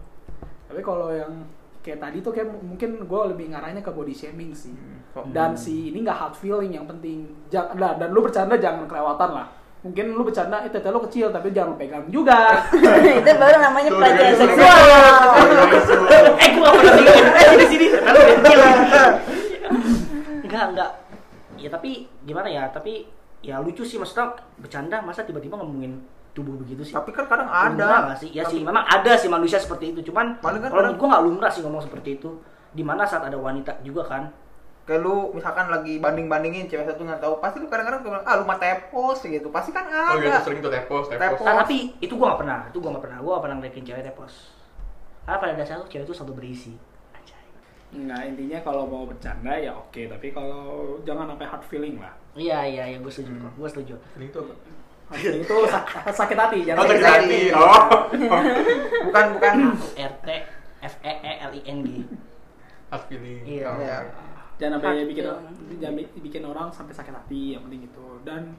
Tapi kalau yang kayak tadi tuh kayak m- mungkin gue lebih ngarahnya ke body shaming sih. Dan si ini nggak hard feeling yang penting. Jangan nah, dan lu bercanda jangan kelewatan lah. Mungkin lu bercanda, eh tete lu kecil tapi jangan lu pegang juga.
Iya,
itu baru namanya
Tuh,
pelecehan
dari-
seksual.
Oh,
Eh, gue gak pernah bikin. Eh, sini sini. Lalu kecil.
Iya.
Enggak, enggak. Ya tapi gimana ya? Tapi ya lucu sih maksudnya bercanda masa tiba-tiba ngomongin tubuh begitu sih.
tapi kan kadang
Lumrah
ada
nggak sih? Ya sih, memang ada sih manusia seperti itu. Cuman
Paling kan
kalau
kadang-
menurut gue nggak lumrah sih ngomong seperti itu. Dimana saat ada wanita juga kan.
kayak lu misalkan lagi banding-bandingin cewek satu nggak tahu pasti lu kadang-kadang suka bilang ah lu mah tepos gitu pasti kan
Oh iya, tuh
ada
sering tuh tepos,
Tepos.
tepos.
Nah, tapi itu gua gak pernah, itu gua gak pernah, gua gak pernah ngeliatin cewek tepos. Karena pada dasarnya cewek itu selalu berisi. Anjay.
Nah intinya kalau mau bercanda ya oke, tapi kalau jangan sampai hard feeling lah.
Iya iya iya, gue setuju kok, gue setuju.
Sering tuh. apa?
Hard feeling itu sak- sakit hati,
Oh,
jangan
Sakit
sakit
sakit
hati.
hati.
hati. Oh.
bukan bukan
R T F E E L I N G.
Hard feeling.
Iya.
Oh.
ya
Jangan sampai
Hard
bikin
feeling.
jangan bi- bikin orang sampai sakit hati yang penting itu. Dan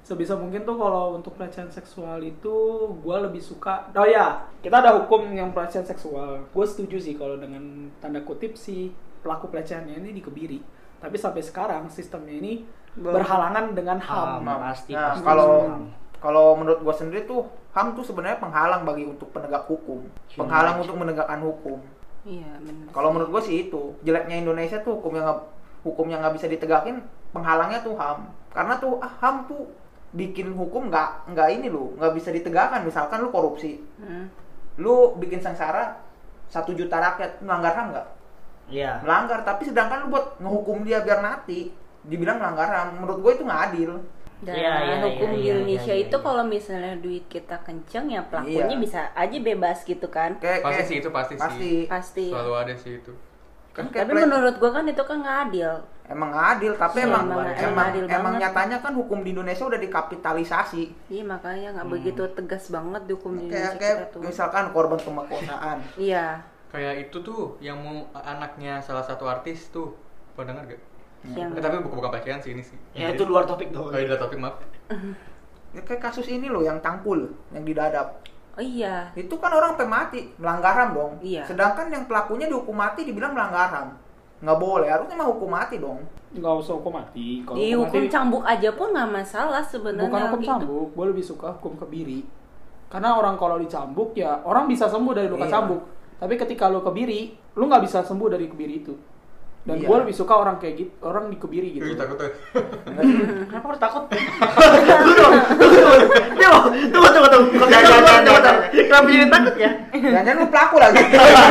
sebisa mungkin tuh kalau untuk pelecehan seksual itu gua lebih suka oh ya kita ada hukum yang pelecehan seksual gue setuju sih kalau dengan tanda kutip si pelaku pelecehannya ini dikebiri tapi sampai sekarang sistemnya ini
Belum.
berhalangan dengan ham
Ham. Pasti,
nah,
pasti.
kalau kalau menurut gua sendiri tuh ham tuh sebenarnya penghalang bagi untuk penegak hukum
Iya,
penghalang
rights.
untuk menegakkan hukum
Iya benar.
Kalau menurut gue sih itu jeleknya Indonesia tuh hukum yang nggak- hukum yang nggak bisa ditegakin penghalangnya tuh ham. Karena tuh ah, ham tuh bikin hukum nggak nggak ini loh nggak bisa ditegakkan. Misalkan lu korupsi,
Iya,
Hmm.
lu bikin sengsara satu juta rakyat melanggar ham nggak?
Iya.
Melanggar. Tapi sedangkan lu buat ngehukum dia biar mati dibilang melanggar ham. Menurut gue itu nggak adil.
Dan
Iya, iya,
hukum
iya,
di
iya, iya,
Indonesia
iya,
itu
iya.
kalau misalnya duit kita kenceng ya pelakunya
Iya.
bisa aja bebas gitu kan.
Kayak
Pasti
kayak-
sih itu, pasti sih.
pasti.
Pasti.
Selalu ada sih itu.
Kan kayak
Tapi
play-
menurut gua kan itu kan nggak adil.
emang nggak adil tapi
Iya,
emang
emang-
emang
emang
emang,
adil banget.
nyatanya kan hukum di Indonesia udah dikapitalisasi
Iya makanya nggak begitu tegas banget hukum di Indonesia
Hmm. kayak kayak
Iya,
Hmm,
kita tuh.
misalkan korban pemerkosaan
Iya.
Kayak itu tuh yang mau anaknya salah satu artis tuh. Pernah denger gak?
Yang
Eh, tapi bukan bukan pelecehan sih ini sih.
Ya itu luar topik dong.
Oh, iya, topik maaf.
Ya, kayak kasus ini loh yang tangkul yang didadap
oh iya.
itu kan orang sampai mati melanggar ham dong
Iya.
sedangkan yang pelakunya dihukum mati dibilang melanggar ham nggak boleh harusnya mah hukum mati dong
nggak usah hukum mati kalau
Di hukum cambuk aja pun nggak masalah sebenarnya.
bukan hukum
gitu.
cambuk gue lebih suka hukum kebiri karena orang kalau dicambuk ya orang bisa sembuh dari luka
Iya.
cambuk tapi ketika lu kebiri lu nggak bisa sembuh dari kebiri itu dan
Iya.
gue lebih suka orang kayak gitu orang dikebiri
Ih,
gitu
takut tuh.
Kenapa harus takut?
Tunggu, tunggu, tunggu. Jangan, jangan, jangan.
Kenapa jadi takut ya?
Jangan-jangan lu pelaku lagi.
Iya.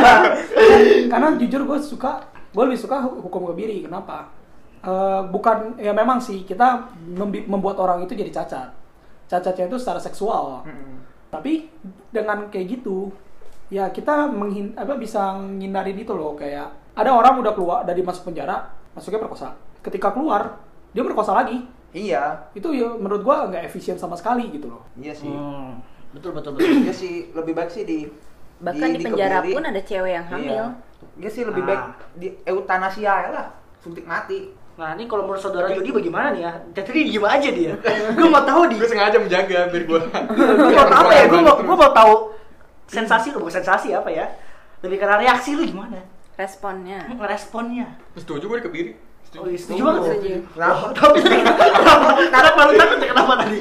karena jujur gue suka gue lebih suka hu- hukum kebiri kenapa Eh, bukan ya memang sih kita membi- membuat orang itu jadi cacat cacatnya itu secara seksual tapi dengan kayak gitu ya kita menghin apa bisa menghindari itu loh kayak ada orang udah keluar dari masuk penjara masuknya perkosa ketika keluar dia berkosa lagi
iya,
itu ya menurut gua nggak efisien sama sekali gitu loh
iya sih.
Oh.
Hmm, betul betul betul.
Iya sih, lebih baik sih di
Bahkan di, penjara
dikebiri.
pun ada cewek yang hamil.
Iya. Iya sih lebih baik
Ah.
di eutanasia ya lah, suntik mati.
Nah ini kalau menurut saudara Jody bagaimana nih ya? Tadi diem aja dia. Gue mau tahu di.
Gue sengaja menjaga biar gue. Iya,
Gue mau tahu apa ya? Gue mau gue mau tahu sensasi lu bukan sensasi apa ya? Lebih karena reaksi lu gimana?
Responnya.
Responnya.
Setuju gue dikebiri.
Oh, iya, setuju banget.
Setuju.
Kenapa? Tapi kenapa? Kenapa lu takut? Kenapa tadi?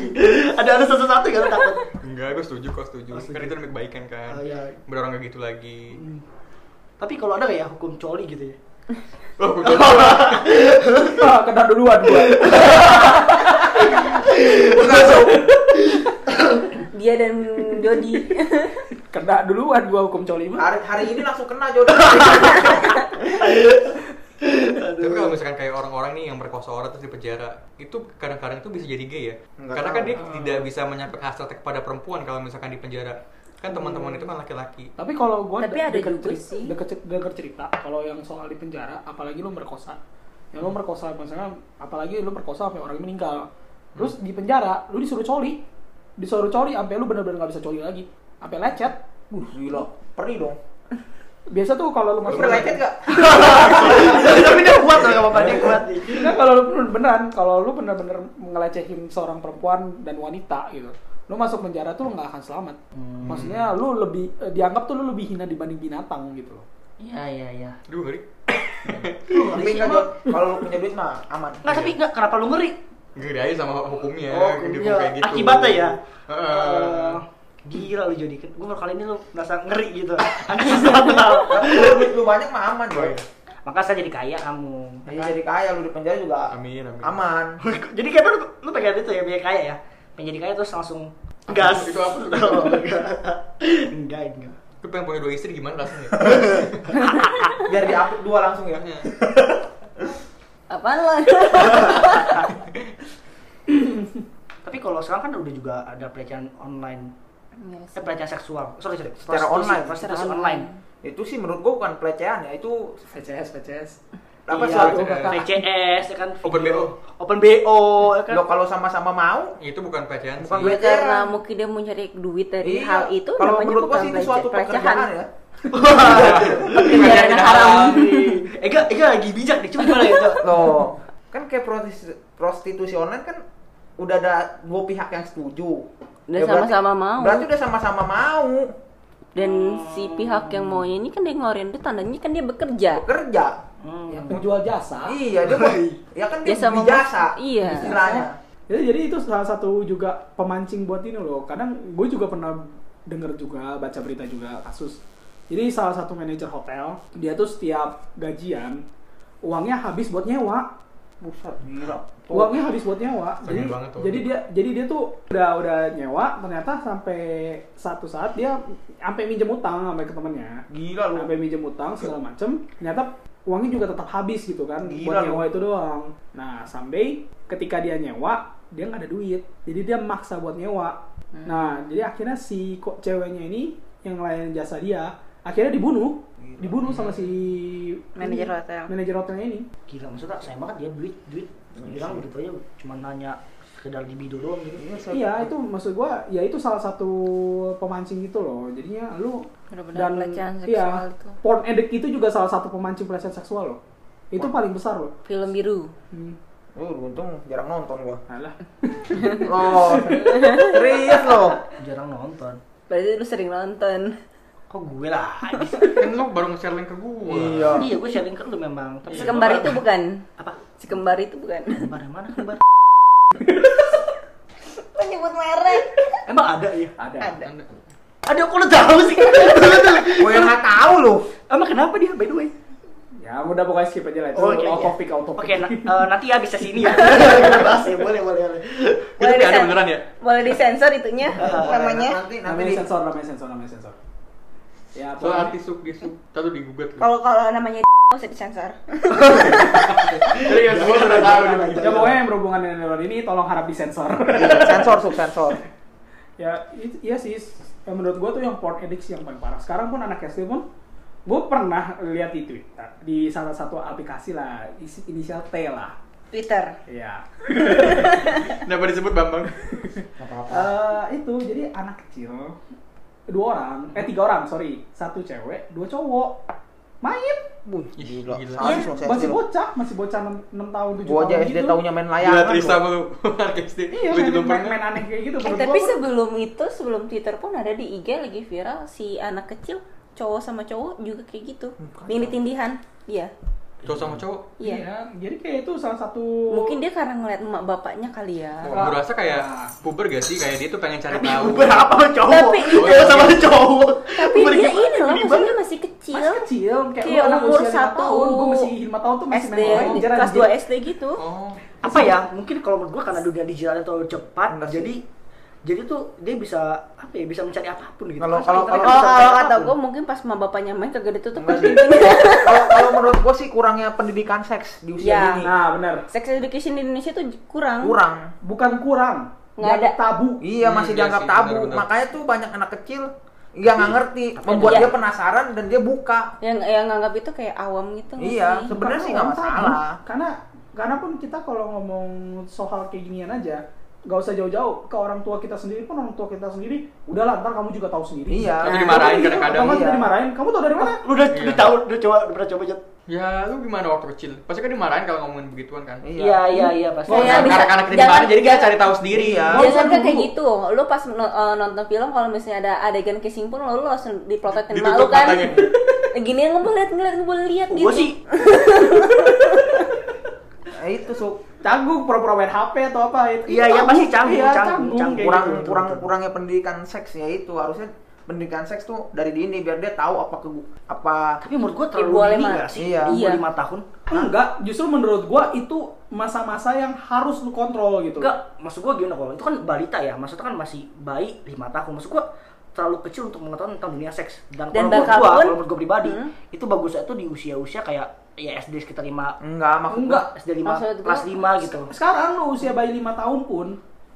Ada ada sesuatu yang lu takut?
Enggak, gue setuju kok setuju.
Oh, setuju.
Kan itu demi kebaikan kan.
Oh, iya.
Biar orang gak gitu lagi.
Tapi kalau ada nggak ya hukum coli gitu ya?
Oh, gue coba.
Ah, kena duluan gua
Dia dan Dodi.
kena duluan gua hukum coli mah
Hari hari ini langsung kena jodoh.
Tapi kalau misalkan kayak orang-orang nih yang berkosa orang terus di penjara, itu kadang-kadang itu bisa jadi gay ya.
Nggak
Karena
tahu.
kan dia
Hmm.
tidak bisa menyampaikan hasrat kepada perempuan kalau misalkan di penjara. Kan
Hmm.
teman-teman itu kan laki-laki.
tapi kalau gua
Tapi ada
denger
juga sih.
denger, cer- denger cerita kalau yang soal di penjara apalagi lu merkosa ya lu merkosa misalnya apalagi lu merkosa sampai orang meninggal
Hmm.
terus di penjara lu disuruh coli disuruh coli sampai lu bener-bener nggak bisa coli lagi sampai lecet
Uh, gila, perih dong.
biasa tuh kalau lu
Lu
masuk
pernah lecet gak?
Tapi dia kuat loh, nggak apa-apa dia kuat.
Enggak kalau lu bener- beneran, kalau lu bener-bener ngelecehin seorang perempuan dan wanita gitu, lu masuk penjara tuh lu nggak akan selamat.
Hmm.
Maksudnya lu lebih eh, dianggap tuh lu lebih hina dibanding binatang gitu loh.
Iya iya iya.
Aduh, ngeri.
Tapi kan Jod, kalau lu punya duit mah aman. Iya.
Nggak tapi nggak kenapa lu ngeri?
Ngeri aja sama hukumnya.
Oh,
Dihukum
hukumnya.
Iya, kayak gitu.
Akibatnya ya?
Heeh.
Eh, Gila lu jadi, gue baru kali ini lu merasa ngeri gitu Ada sesuatu hal
Kalau duit lu banyak mah aman,
Iya.
Jod.
Makanya saya jadi kaya kamu
Jadi jadi kaya lu di penjara juga
Amin, amin.
aman.
Jadi kayak lu, lu pengen itu ya, pengen kaya ya Pengen jadi kaya terus langsung gas
Itu apa tuh?
Oh, enggak. Enggak, enggak
Lu pengen punya dua istri gimana rasanya?
Biar diapit dua langsung ya.
Iya.
Apaan lo?
Iya, Tapi kalau sekarang kan udah juga ada pelecehan online
Yes.
Eh, pelecehan seksual Sorry, sorry
Secara
Prostitusi-
online.
Prostitusi
Secara
online
Itu sih menurut gua bukan pelecehan ya, itu
VCS, VCS.
apa
Iya,
suatu
VCS.
VCS, ya kan
Open BO.
Open BO, ya kan
lo kalau sama-sama mau
itu bukan pelecehan
Bukan
sih.
pelecehan.
Ya, karena mungkin dia mau cari duit dari
iya.
hal itu
kalau
namanya
menurut gua
bukan
sih itu
pelece-
suatu
pelecehan.
pekerjaan ya
Pekerjaan yang haram.
Ega, Ega lagi bijak nih, coba gimana ya, Cok?
loh kan kayak prostitusi, prostitusi online kan udah ada dua pihak yang setuju Ya,
Udah
berarti-
sama-sama mau.
berarti udah sama-sama mau
Dan si pihak yang maunya ini kan dia ngeluarin itu tandanya kan dia bekerja.
bekerja
Yang menjual jasa.
iya dia mau ya kan dia
Jasa
beli
memas-
jasa
iya.
istilahnya
Ya, jadi itu salah satu juga pemancing buat ini loh. Kadang gue juga pernah denger juga, baca berita juga kasus. Jadi salah satu manajer hotel, dia tuh setiap gajian uangnya habis buat nyewa.
buset gila Tuh.
uangnya habis buat nyewa
Pengen
jadi,
banget tuh.
jadi dia jadi dia tuh udah udah nyewa ternyata sampai satu saat dia sampai minjem utang sampai ke temennya
gila lu
sampai minjem utang segala macem ternyata uangnya juga tetap habis gitu kan
Gila
buat
lu.
nyewa itu doang nah sampai ketika dia nyewa dia nggak ada duit jadi dia maksa buat nyewa
Hmm.
nah jadi akhirnya si kok ceweknya ini yang ngelayanin jasa dia akhirnya dibunuh dibunuh sama si
Manajer
ini,
hotel.
manajer hotelnya ini
Gila, maksudnya sayang banget dia duit, duit Bilang begitu aja, cuma nanya sekedar libido doang gitu
Iya itu maksud gua ya itu salah satu pemancing gitu loh jadinya lu iya,
Bener-bener pelecehan
iya.
seksual itu.
porn addict itu juga salah satu pemancing pelecehan seksual loh itu paling besar loh
Film biru.
hmm.
Lu untung jarang nonton gua
alah
loh serius loh
Jarang nonton
Berarti lu sering nonton.
Kok gue lah?
Kan lu baru nge-share link ke gua.
iya
Iya, gue sharing ke lu memang Tapi
Si kembar itu bukan.
Apa?
Si kembar itu bukan.
Kembar yang mana kembar?
Kok nyebut merek?
Emang ada ya?
ada
Anda-
Ada kok lu tahu sih?
gua yang nggak tahu lu
Emang kenapa dia by the way?
ya Ya, udah pokoknya skip aja lah. Itu
Oke,
out
iya.
topic, out topic.
Oke, na- eh, nanti ya bisa sini ya. Kita bahas ya, boleh, boleh, boleh.
Itu
disen-
ada beneran ya?
boleh disensor itunya namanya
nanti nanti
namanya
di
sensor, namanya sensor, namanya sensor. Ya,
So
pokoknya-
artis suk disuk, satu digugat.
kalau kalau namanya nggak usah disensor
Jadi ya semua udah tahu nih.
Ya pokoknya yang berhubungan dengan neuron ini tolong harap disensor.
sensor sub sensor
ya i- iya sih s- yang menurut gue tuh yang porn addiction yang paling parah sekarang pun anak SD pun gue pernah lihat di Twitter di salah satu aplikasi lah isi- inisial T lah
Twitter
ya
Kenapa disebut Bambang?
Ah,
Eh, itu jadi anak kecil dua orang eh tiga orang sorry satu cewek dua cowok main
Buh, gila.
Gila.
Sadis loh, sadis
Iya, masih
loh.
bocah masih bocah 6, tahun 7
Gua
tahun
aja SD
gitu.
taunya main
Gila
layangan.
Trista
loh.
sama lu. Artis deh.
iya
Lu
main,
juga
main,
pernah.
main aneh kayak gitu
Eh,
menurut
tapi
gua-
sebelum itu, sebelum Twitter pun ada di IG lagi viral si anak kecil cowok sama cowok juga kayak gitu. Yang ditindihan. Iya.
Cowok sama cowok.
Iya.
iya jadi kayak itu salah satu
Mungkin dia karena ngeliat emak bapaknya kali ya.
Gue rasa kayak puber gak sih? Kayak dia tuh pengen cari tahu.
Berapa cowok?
Tapi itu-
Cowok sama cowok.
Tapi dia ini loh, maksudnya masih kecil.
masih kecil kayak,
Kayak
lu anak
umur
usia lima
satu
tahun gue masih lima tahun tuh masih
SD,
main main
di kelas 2 SD gitu.
Oh.
apa ya mungkin kalau menurut gua karena dunia digitalnya terlalu cepat
Enggak sih.
jadi jadi tuh dia bisa apa ya bisa mencari apapun gitu
Kalau-
Kan
kalau-
sekarang internet
Kalau
bisa
kalau
mencari
kata
apapun.
gue mungkin pas emak bapaknya main kagak ditutup
Enggak sih. Kalau kalau menurut gua sih kurangnya pendidikan seks di usia
Ya.
dini.
nah benar
Sex education di Indonesia tuh kurang.
Kurang.
bukan kurang
Nggak ada.
dianggap tabu
Iya,
Hmm,
masih
iya
dianggap
sih,
tabu.
benar-benar.
Makanya tuh banyak anak kecil yang nggak ngerti, membuat
dia-
dia penasaran dan dia buka.
Yang yang nganggap itu kayak awam gitu nggak
Iya,
sih?
sebenarnya
Bukan
sih nggak
orang tabu.
masalah.
karena karena pun kita kalau ngomong soal kayak ginian aja nggak usah jauh-jauh ke orang tua kita sendiri pun orang tua kita sendiri udahlah ntar kamu juga tahu sendiri
Iya.
Tapi dimarahin
Kamu gitu,
kadang-kadang.
kamu
Iya.
dimarahin kamu tau dari mana
lu udah
Iya.
udah tahu udah coba udah pernah coba Jod?
Ya lu gimana waktu kecil? Pasti kan dimarahin kalau ngomongin begituan kan.
iya iya iya pasti
Karena
Iya, bisa.
karena kita
Jangan-
dimarahin jadi kita cari tahu sendiri ya.
Iya.
Nggak usah
Biasanya kan
dulu.
kayak gitu, lu pas no- eh, nonton film kalau misalnya ada adegan kissing pun lo, lo langsung diplototin malu
Ditutup
kan.
matanya.
Gini yang boleh lihat, ngeliat, boleh lihat gitu.
gue sih
Eh, itu Su.
canggung pura-pura main hp atau apa itu
Iya, iya, pasti canggung,
Iya,
canggung, canggung.
kayak
kurang
gitu.
betul,
kurang
betul.
kurangnya pendidikan seks ya itu harusnya pendidikan seks tuh dari dini biar dia tahu apa ke apa
tapi menurut gua
Eh, boleh, Kan
terlalu dini
Mak.
nggak sih
Iya.
umur lima tahun
enggak justru menurut gua itu masa-masa yang harus lu kontrol gitu
enggak maksud gua gimana kalau itu kan balita ya maksudnya kan masih bayi lima tahun maksud gua terlalu kecil untuk mengetahui tentang dunia seks dan, kalau
Dan
menurut
bakal
gua
pun-
kalau menurut gua pribadi
Hmm.
itu bagusnya itu di usia-usia kayak ya SD sekitar lima
enggak maksud
Enggak.
SD lima
Maksud gua-
kelas lima gitu
sekarang lu usia bayi lima tahun pun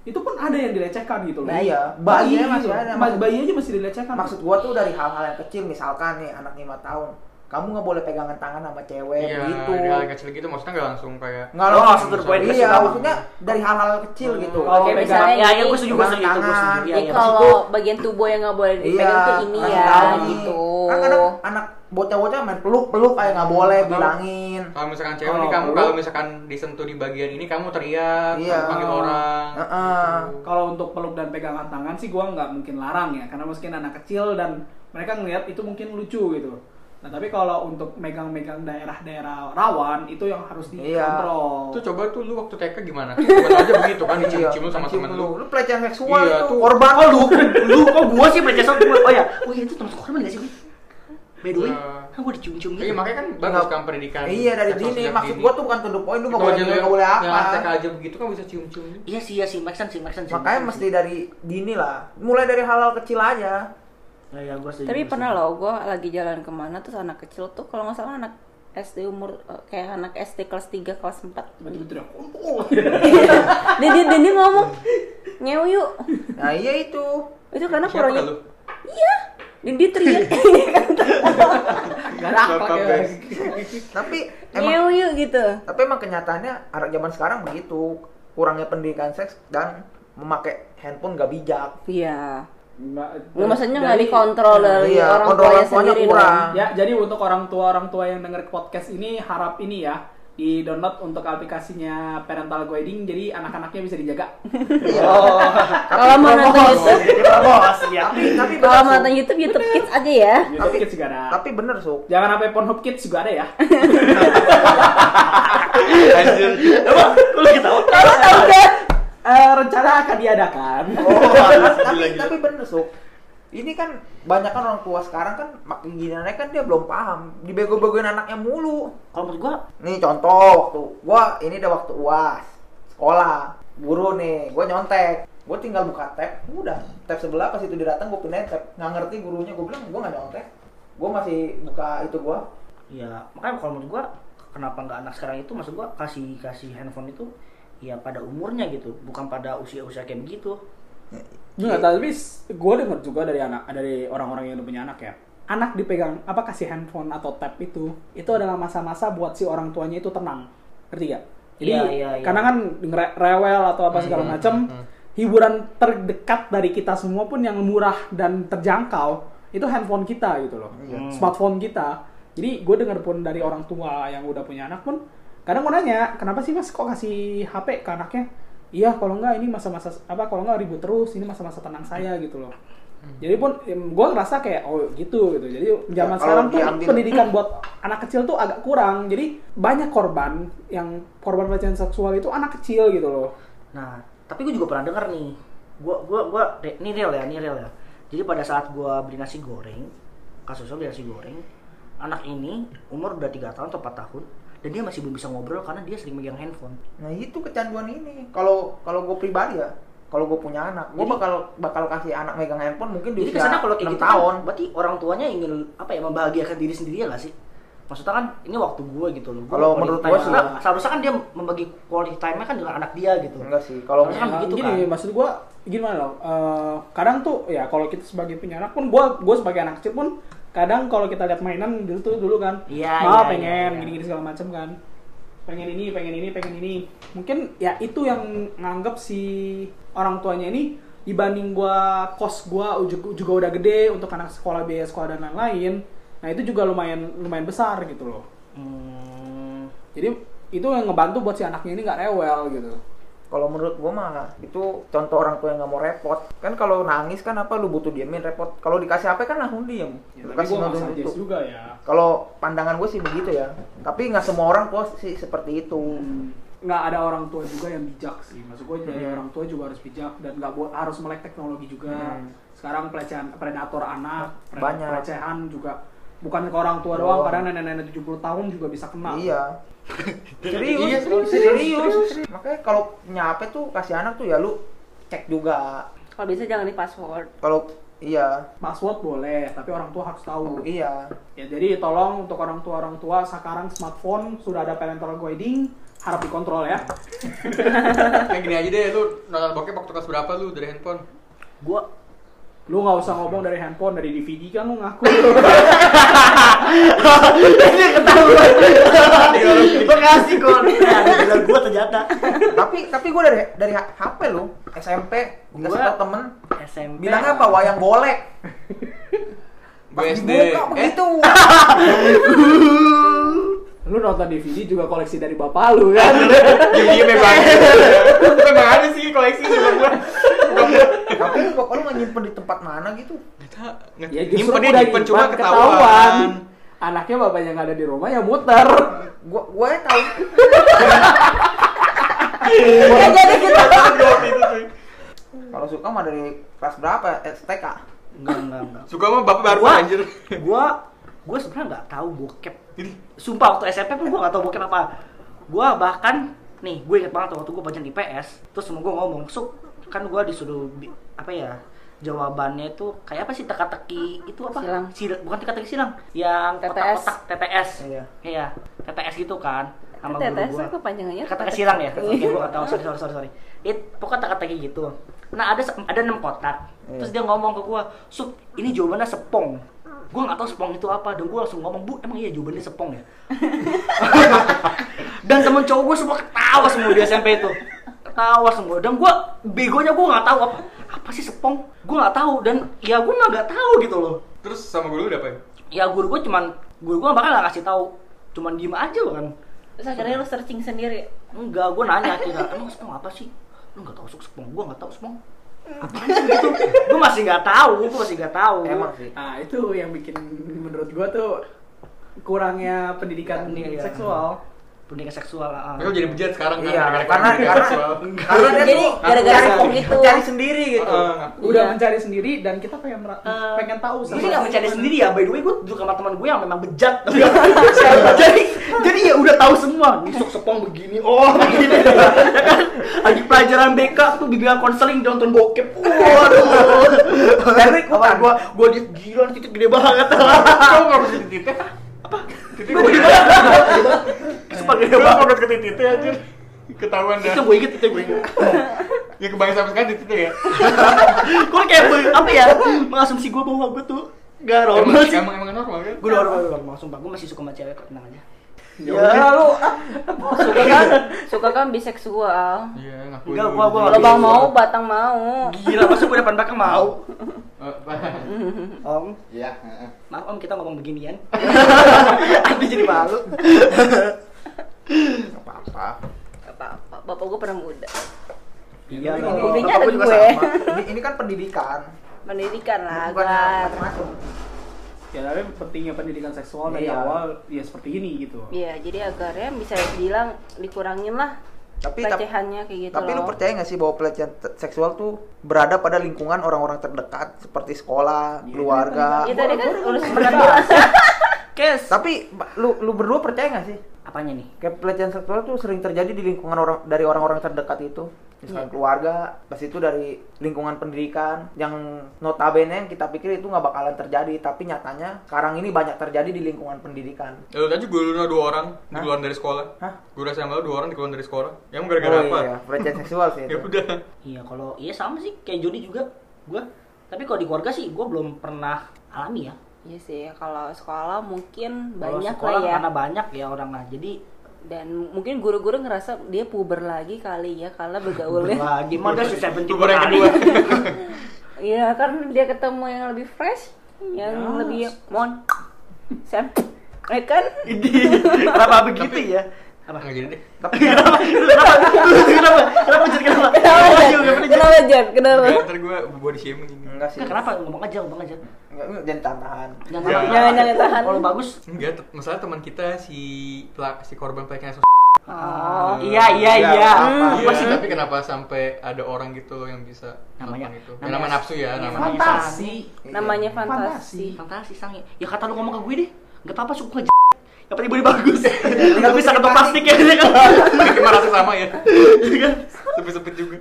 itu pun ada yang dilecehkan gitu loh.
Nah, iya.
bayi
Bayinya masih
gitu.
ada.
Ma- bayi aja masih dilecehkan.
maksud gua tuh dari hal-hal yang kecil misalkan nih anak lima tahun kamu nggak boleh pegangan tangan sama cewek
Iya,
gitu
dari hal kecil gitu maksudnya nggak langsung kayak
nggak
Oh,
langsung
maksud poin
iya
kasih tahu.
maksudnya dari hal-hal kecil
Hmm.
gitu
Kalau
Kayak
pegang-
misalnya
ya,
gini,
ya gue setuju gue setuju itu gue
tangan,
setuju. Iya,
ya,
Jadi
iya.
kalau bagian tubuh yang nggak boleh dipegang tuh ini
kasih
ya
Iya, tahu nih.
gitu.
kan kadang anak bocah-bocah main peluk-peluk kayak nggak boleh
Atau-
bilangin
kalau misalkan cewek
Kalau
Oh,
nih kamu
perlu-
kalau misalkan disentuh di bagian ini kamu teriak,
Iya.
kamu panggil orang.
Heeh.
gitu.
Kalau untuk peluk dan pegangan tangan sih gua nggak mungkin larang ya, karena mungkin anak kecil dan mereka ngelihat itu mungkin lucu gitu. Nah tapi kalau untuk megang-megang daerah-daerah rawan itu yang harus
Iya.
dikontrol.
Tuh coba tuh lu waktu TK gimana? Coba aja begitu kan dicium-cium lu sama
Cium
temen lu.
Iya. lu pelecehan seksual
Iya,
itu
tuh.
korban lu
lu kok gua sih percaya sama gua oh ya oh iya itu termasuk korban gak sih gua by the way
Iya.
kan gua dicium-cium gitu
Iya makanya kan bagus kan pendidikan.
iya dari
seksual
dini
sejak
maksud
dini.
gua tuh bukan to the point lu nggak
Itu
boleh
aja lu ya.
nggak boleh
yang-
apa
Yang TK aja begitu kan bisa cium-cium.
iya sih iya sih make sense sih make sense sih,
makanya
make sense
mesti dari dini lah mulai dari hal-hal kecil aja
sih. ya, ya, gua setuju,
Tapi
gua
pernah
setuju.
loh, gue lagi jalan kemana terus anak kecil tuh kalau nggak salah anak SD umur eh, kayak anak SD kelas 3 kelas 4
Betul betul.
dia dia, dia, dia ngomong nyew yuk
nah iya itu
itu karena
Siapa
kurangnya
lu?
dan dia teriak
Gak ada akhlak ya.
Guys.
tapi emang
nyew yuk gitu
tapi emang kenyataannya anak zaman sekarang begitu kurangnya pendidikan seks dan memakai handphone gak bijak
Iya.
Nggak-
Lu maksudnya nggak
Nah, dari-
dikontrol dari
Iya,
orang
kontrol
tuanya
orang tuanya
sendiri
kurang.
dong.
Ya, jadi untuk orang tua orang tua yang denger podcast ini harap ini ya di download untuk aplikasinya parental guiding jadi anak-anaknya bisa dijaga.
Iya. Kalau mau nonton YouTube,
Kita bos ya
tapi tapi
kalau
bener
mau nonton
Su.
YouTube, YouTube Kids aja ya.
YouTube Kids juga ada.
tapi bener Su.
Jangan sampai Pornhub Kids juga ada ya.
Anjir.
apa lu lagi tahu
kan?
kan?
Eh, rencana akan diadakan.
tapi
Oh,
gila, gila.
tapi bener Su. ini kan banyak kan orang tua sekarang kan makin gini anaknya kan dia belum paham dibego-begoin anaknya mulu
Kalau menurut gua
nih contoh waktu gua ini udah waktu uas sekolah guru nih gua nyontek gua tinggal buka tab udah tab sebelah pas itu dia datang gua pindahin tab nggak ngerti gurunya gua bilang gua nggak nyontek gua masih buka itu gua
ya makanya kalau menurut gua kenapa nggak anak sekarang itu maksud gua kasih kasih handphone itu ya pada umurnya gitu bukan pada usia-usia kayak begitu
Nggak, tapi gue dengar juga dari anak dari orang-orang yang udah punya anak ya. Anak dipegang apa kasih handphone atau tab itu, itu adalah masa-masa buat si orang tuanya itu tenang. Ngerti gak? Jadi
Iya, iya, iya.
karena kan ngere- rewel atau apa segala macam, hiburan terdekat dari kita semua pun yang murah dan terjangkau itu handphone kita gitu loh. Smartphone kita. Jadi gue dengar pun dari orang tua yang udah punya anak pun kadang gue nanya, "Kenapa sih Mas kok kasih HP ke anaknya?" iya kalau nggak ini masa-masa apa kalau nggak ribut terus ini masa-masa tenang saya gitu loh jadi pun gue ngerasa kayak oh gitu gitu jadi
kalau
zaman sekarang tuh
diambil-
pendidikan buat anak kecil tuh agak kurang jadi banyak korban yang korban pelecehan seksual itu anak kecil gitu loh
Nah, tapi gue juga pernah denger nih. Gua gua gua re- ini real ya, ini real ya. Jadi pada saat gua beli nasi goreng, kasusnya beli nasi goreng, anak ini umur udah 3 tahun atau 4 tahun dan dia masih belum bisa ngobrol karena dia sering megang handphone.
nah itu kecanduan ini kalau kalau gue pribadi ya kalau gue punya anak gue bakal bakal kasih anak megang handphone mungkin di
Jadi
usia
kesana kalau
6
kayak gitu kan,
tahun
berarti orang tuanya ingin apa ya membahagiakan diri sendiri ya nggak sih? Maksudnya kan ini waktu gue gitu loh. Gua
Kalau
quality
menurut
time.
gua sih
Karena
ya.
seharusnya kan dia membagi quality time-nya kan dengan anak dia gitu.
enggak sih kalau
Harusnya
Nah,
begitu
gini
kan.
maksud gue gimana loh eh, kadang tuh ya kalau kita sebagai punya anak pun gue gue sebagai anak kecil pun kadang kalau kita lihat mainan dulu tuh dulu kan
Iya,
"Ma,
iya,
pengen
iya, iya.
gini-gini segala macam kan pengen ini pengen ini pengen ini mungkin ya itu yang nganggap si orang tuanya ini dibanding gua kos gua uju- juga udah gede untuk anak sekolah biaya sekolah dan lain-lain nah itu juga lumayan lumayan besar gitu loh
Hmm,
jadi itu yang ngebantu buat si anaknya ini nggak rewel gitu
Kalau menurut gua mah itu contoh orang tua yang nggak mau repot. Kan kalau nangis kan apa lu butuh diemin repot. Kalau dikasih HP kan langsung diem.
ya,
Lu
tapi
kasih
gua
nonton
maksa Jess
YouTube.
juga ya
Kalau pandangan gue sih begitu ya. Tapi nggak semua orang tua sih seperti itu.
Hmm, nggak ada orang tua juga yang bijak sih maksud gue jadi
Hmm.
orang tua juga harus bijak dan nggak bo- harus melek teknologi juga
Hmm.
sekarang pelecehan predator anak pre-
Banyak.
pelecehan juga bukan ke orang tua
Doang.
doang kadang nenek-nenek 70 tahun juga bisa kena
Iya. Serius,
Iya,
serius,
serius,
serius. Makanya kalau punya HP tuh kasih anak tuh ya lu cek juga.
Kalau bisa jangan di password.
Kalau iya,
password boleh tapi orang tua harus tahu
iya.
ya jadi tolong untuk orang tua orang tua sekarang smartphone sudah ada parental guiding harap dikontrol ya
Kayak gini aja deh, lu nonton bokep waktu kelas berapa lu dari handphone?
gue
lu nggak usah ngomong dari handphone dari DVD kan lu ngaku
Iya,
gue kasih kok. Nah, gue ternyata.
tapi tapi gue dari dari HP lu SMP dikasih
Gua-
tau temen
SMP.
bilangnya apa wayang bolek.
Gue SD.
Dibuka
Eh,
begitu.
lu nonton DVD juga koleksi dari bapak lu kan
diem-diem memang ada. Memang ada sih koleksi sama gua.
tapi bapak lu nggak nyimpen di tempat mana gitu
Ya justru
Nyimpennya
udah
nyimpen cuma
ketahuan.
ketahuan.
Anaknya bapaknya nggak ada di rumah ya muter.
gua gua ya tahu
Ya, jadi kita
Waktu itu tuh.
kalau suka mah dari kelas berapa eh, TK
Enggak, enggak, enggak.
Suka mah bapak baru
Wah.
anjir.
gua gua sebenarnya nggak tahu bokep sumpah waktu SMP pun gua nggak tahu bokep apa gua bahkan nih gue inget banget waktu gua pelajaran IPS terus sama gua ngomong so kan gua disuruh bi- apa ya jawabannya itu kayak apa sih teka-teki itu apa
Silang.
Sil- bukan teka-teki silang yang
TTS.
kotak-kotak TTS
Iya.
iya TTS gitu kan sama guru
tetes
gua
kepanjangannya.
kata kesilang ya oke
Iya.
gue nggak tahu sorry sorry sorry sorry it pokoknya kata kayak gitu nah ada se- ada enam kotak terus dia ngomong ke gue sup ini jawabannya sepong gue nggak tahu sepong itu apa dan gue langsung ngomong bu emang iya jawabannya sepong ya dan temen cowok gue semua ketawa semua di SMP itu ketawa semua dan gue begonya gue nggak tahu apa apa sih sepong gue nggak tahu dan ya gue mah nggak tahu gitu loh
Terus sama guru lu diapain?
ya guru gue cuman guru gue bakal nggak kasih tahu cuman diem aja kan
Terus akhirnya lu searching sendiri.
Enggak, gue nanya kira, emang sepong apa sih? Lu nggak tahu sepong? Gue nggak tahu sepong. Apaan sih gitu? Gue masih nggak tahu, gue masih nggak tahu.
emang sih
Nah itu yang bikin menurut gua tuh kurangnya pendidikan
Iya.
seksual.
pendidikan seksual. ah.
Mereka jadi bejat sekarang kan
Iya,
gara-gara
karena
pendidikan
karena
seksual.
karena dia
Jadi,
tuh
gara-gara
mencari-
hukum itu.
mencari sendiri gitu.
Heeh.
udah
Iya.
mencari sendiri dan kita pengen mera-
Eh,
pengen tahu
Gue
sama-
sih gak mencari sendiri ya, by the way gue duduk sama teman gue yang memang bejat Jadi jadi ya udah tahu semua, nih sok sepong begini, oh begini ya kan Lagi pelajaran BK, tuh bimbingan konseling, dia nonton bokep Waduh
Tapi
Apa
ikutan.
gue, gue di gila, titik gede banget
Kamu nggak bisa titiknya? Titik gue gede
Sumpah gede
banget. Kamu
banget
ke titiknya anjir. Ketahuan dah.
Iya, Itu gue inget, itu gue inget
Ya kebayang sampai sekarang titiknya ya.
Gue kayak, apa ya, mengasumsi gue bahwa gue tuh gak normal
Emang
sih
emang emang normal kan?
Gue normal, gue normal, sumpah, gue masih suka sama cewek kok, tenang aja Iya,
Ya lu
suka kan suka kan biseksual
Iya, ngakuin.
Enggak, gua- gua-
lobang
iya.
mau batang mau
Gila, masa gue depan belakang mau
Eh,
Om,
Iya, heeh.
Maaf om kita ngomong beginian. Nanti jadi malu.
Nggak apa-apa.
apa apa bapak gue pernah muda
Iya.
Ini-
Om.
Intinya
Bapak
ada
juga
gue.
sama. Ini, ini kan pendidikan.
pendidikan lah
Bukan
Gar.
macam-macam.
ya tapi pentingnya pendidikan seksual dari
Iya.
awal ya seperti ini gitu
Iya, jadi agarnya bisa bilang dikurangin lah
Tapi tapi,
pelecehannya kayak gitu
tapi lu
loh.
percaya nggak sih bahwa pelecehan te- seksual tuh berada pada lingkungan orang-orang terdekat seperti sekolah, keluarga.
Iya tadi kan urus
Kes.
Tapi ba- lu lu berdua percaya nggak sih?
Apanya nih?
Kayak pelecehan seksual tuh sering terjadi di lingkungan orang dari orang-orang terdekat itu.
Iya.
Misalkan keluarga, pas itu dari lingkungan pendidikan yang notabene yang kita pikir itu nggak bakalan terjadi, tapi nyatanya sekarang ini banyak terjadi di lingkungan pendidikan.
Ya lu tadi gue luna dua orang
Hah?
dikeluarin dari sekolah.
Hah?
Gue rasa sama lu dua orang dikeluarin dari sekolah. Ya emang gara-gara apa?
iya, pelecehan seksual sih
Ya
itu.
udah.
Iya kalau iya sama sih kayak Jody juga gua. Tapi kalau di keluarga sih gua belum pernah alami ya.
Iya sih, kalau sekolah mungkin
Kalau
banyak
sekolah
lah ya.
karena banyak ya orangnya. Jadi
Dan mungkin guru-guru ngerasa dia puber lagi kali ya karena bergaulnya.
lagi mana sih saya bentuk
Keluar yang kedua.
Iya, kan dia ketemu yang lebih fresh, yang
Ya.
lebih mon. Sam. Eh kan?
Kenapa begitu ya? Apa?
Nggak jadi deh.
Tapi
Kenapa? Kenapa? Kenapa? Kenapa jadi kenapa?
Kenapa,
Kenapa?
Jan? Kenapa, Jan? Kenapa?
Nggak, Ntar gue body shaming ini.
enggak sih.
Nggak, Kenapa? Ngomong aja, ngomong aja.
Enggak, enggak, jangan tahan.
Jangan
Ya.
tahan.
Jangan, jangan tahan.
Kalau bagus.
Enggak, te- masalah teman kita si pelak si korban pelecehan seksual.
Oh.
Iya, iya,
Ya,
iya.
apa
Apa
sih?
sih?
Tapi kenapa sampai ada orang gitu loh yang bisa
Namanya-
melakukan itu? Ya,
namanya-
nama nafsu ya,
Iya.
nama nafsu.
fantasi
Iya.
Namanya fantasi.
Fantasi sange. Ya kata lu ngomong ke gue deh. Gak apa-apa suku aja. Yang penting body bagus. Tapi bisa
penting
kata plastik ya ya kan.
Cuma rasa sama ya. Sepit-sepit juga.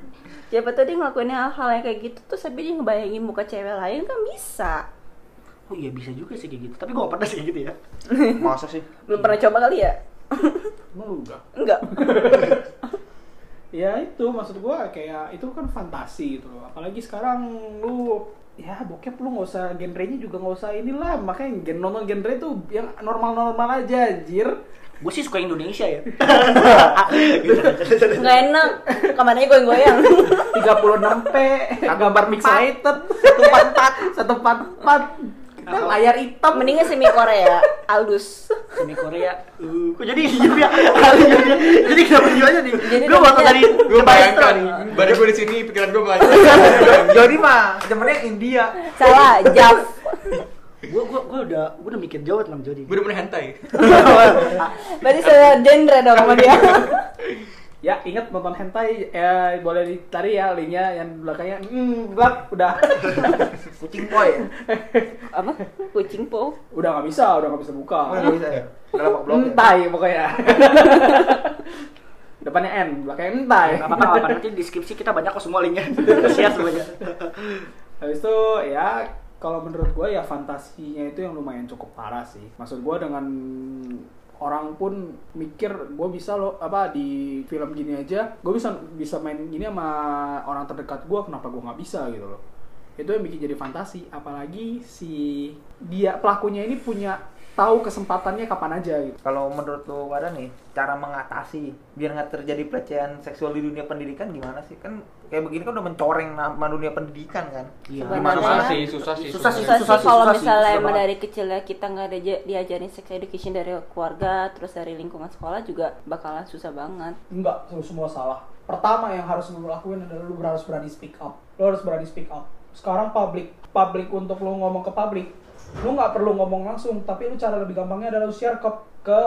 Siapa tadi ngelakuin hal-hal yang kayak gitu terus tapi dia ngebayangin muka cewek lain kan bisa.
Oh iya bisa juga sih kayak gitu. Tapi gue gak pernah sih kayak gitu ya.
Masa sih?
Belum pernah coba kali ya?
enggak
Enggak.
ya itu maksud gua kayak itu kan fantasi gitu loh apalagi sekarang lu ya bokep lu nggak usah genrenya juga nggak usah inilah makanya gen nonton genre itu yang normal-normal aja anjir
Gue sih suka Indonesia ya. Gitu
Enggak enak. Kamarnya goyang-goyang.
36p gambar pixelated 144 144 kita
Apa?
layar hitam
Mendingan semi Korea, halus.
Semi Korea. Uh, kok jadi gitu ya? Jadi- Jadi kenapa juga aja nih?
Jadi
Gue waktu
namanya-
tadi
Gue bayangkan, badan gue di sini, pikiran gue melayang.
Jadi mah zamannya India.
Salah, Jav.
Gue gue gue udah gue udah mikir jauh tentang Jody.
Gue udah pernah hentai.
Berarti saya genre dong sama dia.
ya ingat nonton hentai ya boleh dicari ya linknya yang belakangnya hmm blak udah
Kucing boy ya?
Apa? Kucing po.
udah nggak bisa udah nggak bisa buka
Mana bisa ya? Dalam blog ya?
entai pokoknya depannya n belakangnya entai
Gak apa-apa, gak apa-apa. nanti di deskripsi kita banyak kok semua linknya. Siap semuanya.
habis itu ya kalau menurut gue ya fantasinya itu yang lumayan cukup parah sih maksud gue dengan orang pun mikir gue bisa loh apa di film gini aja gue bisa bisa main gini sama orang terdekat gue kenapa gue nggak bisa gitu loh itu yang bikin jadi fantasi apalagi si dia pelakunya ini punya tahu kesempatannya kapan aja gitu
Kalau menurut lu pada nih, cara mengatasi biar nggak terjadi pelecehan seksual di dunia pendidikan gimana sih? Kan kayak begini kan udah mencoreng nama dunia pendidikan kan?
Iya.
Sebenarnya-
Susah sih, susah sih.
Susah sih,
Susah sih kalau
susah sih,
misalnya
susah
emang
banget.
dari kecil ya kita nggak ada dia- diajarin sex education dari keluarga, terus dari lingkungan sekolah juga bakalan susah banget.
Enggak, itu semua salah. Pertama yang harus lu lakuin adalah lu harus berani speak up. Lu harus berani speak up. Sekarang public, public untuk lu ngomong ke public, lu nggak perlu ngomong langsung, tapi lu cara lebih gampangnya adalah lu share ke ke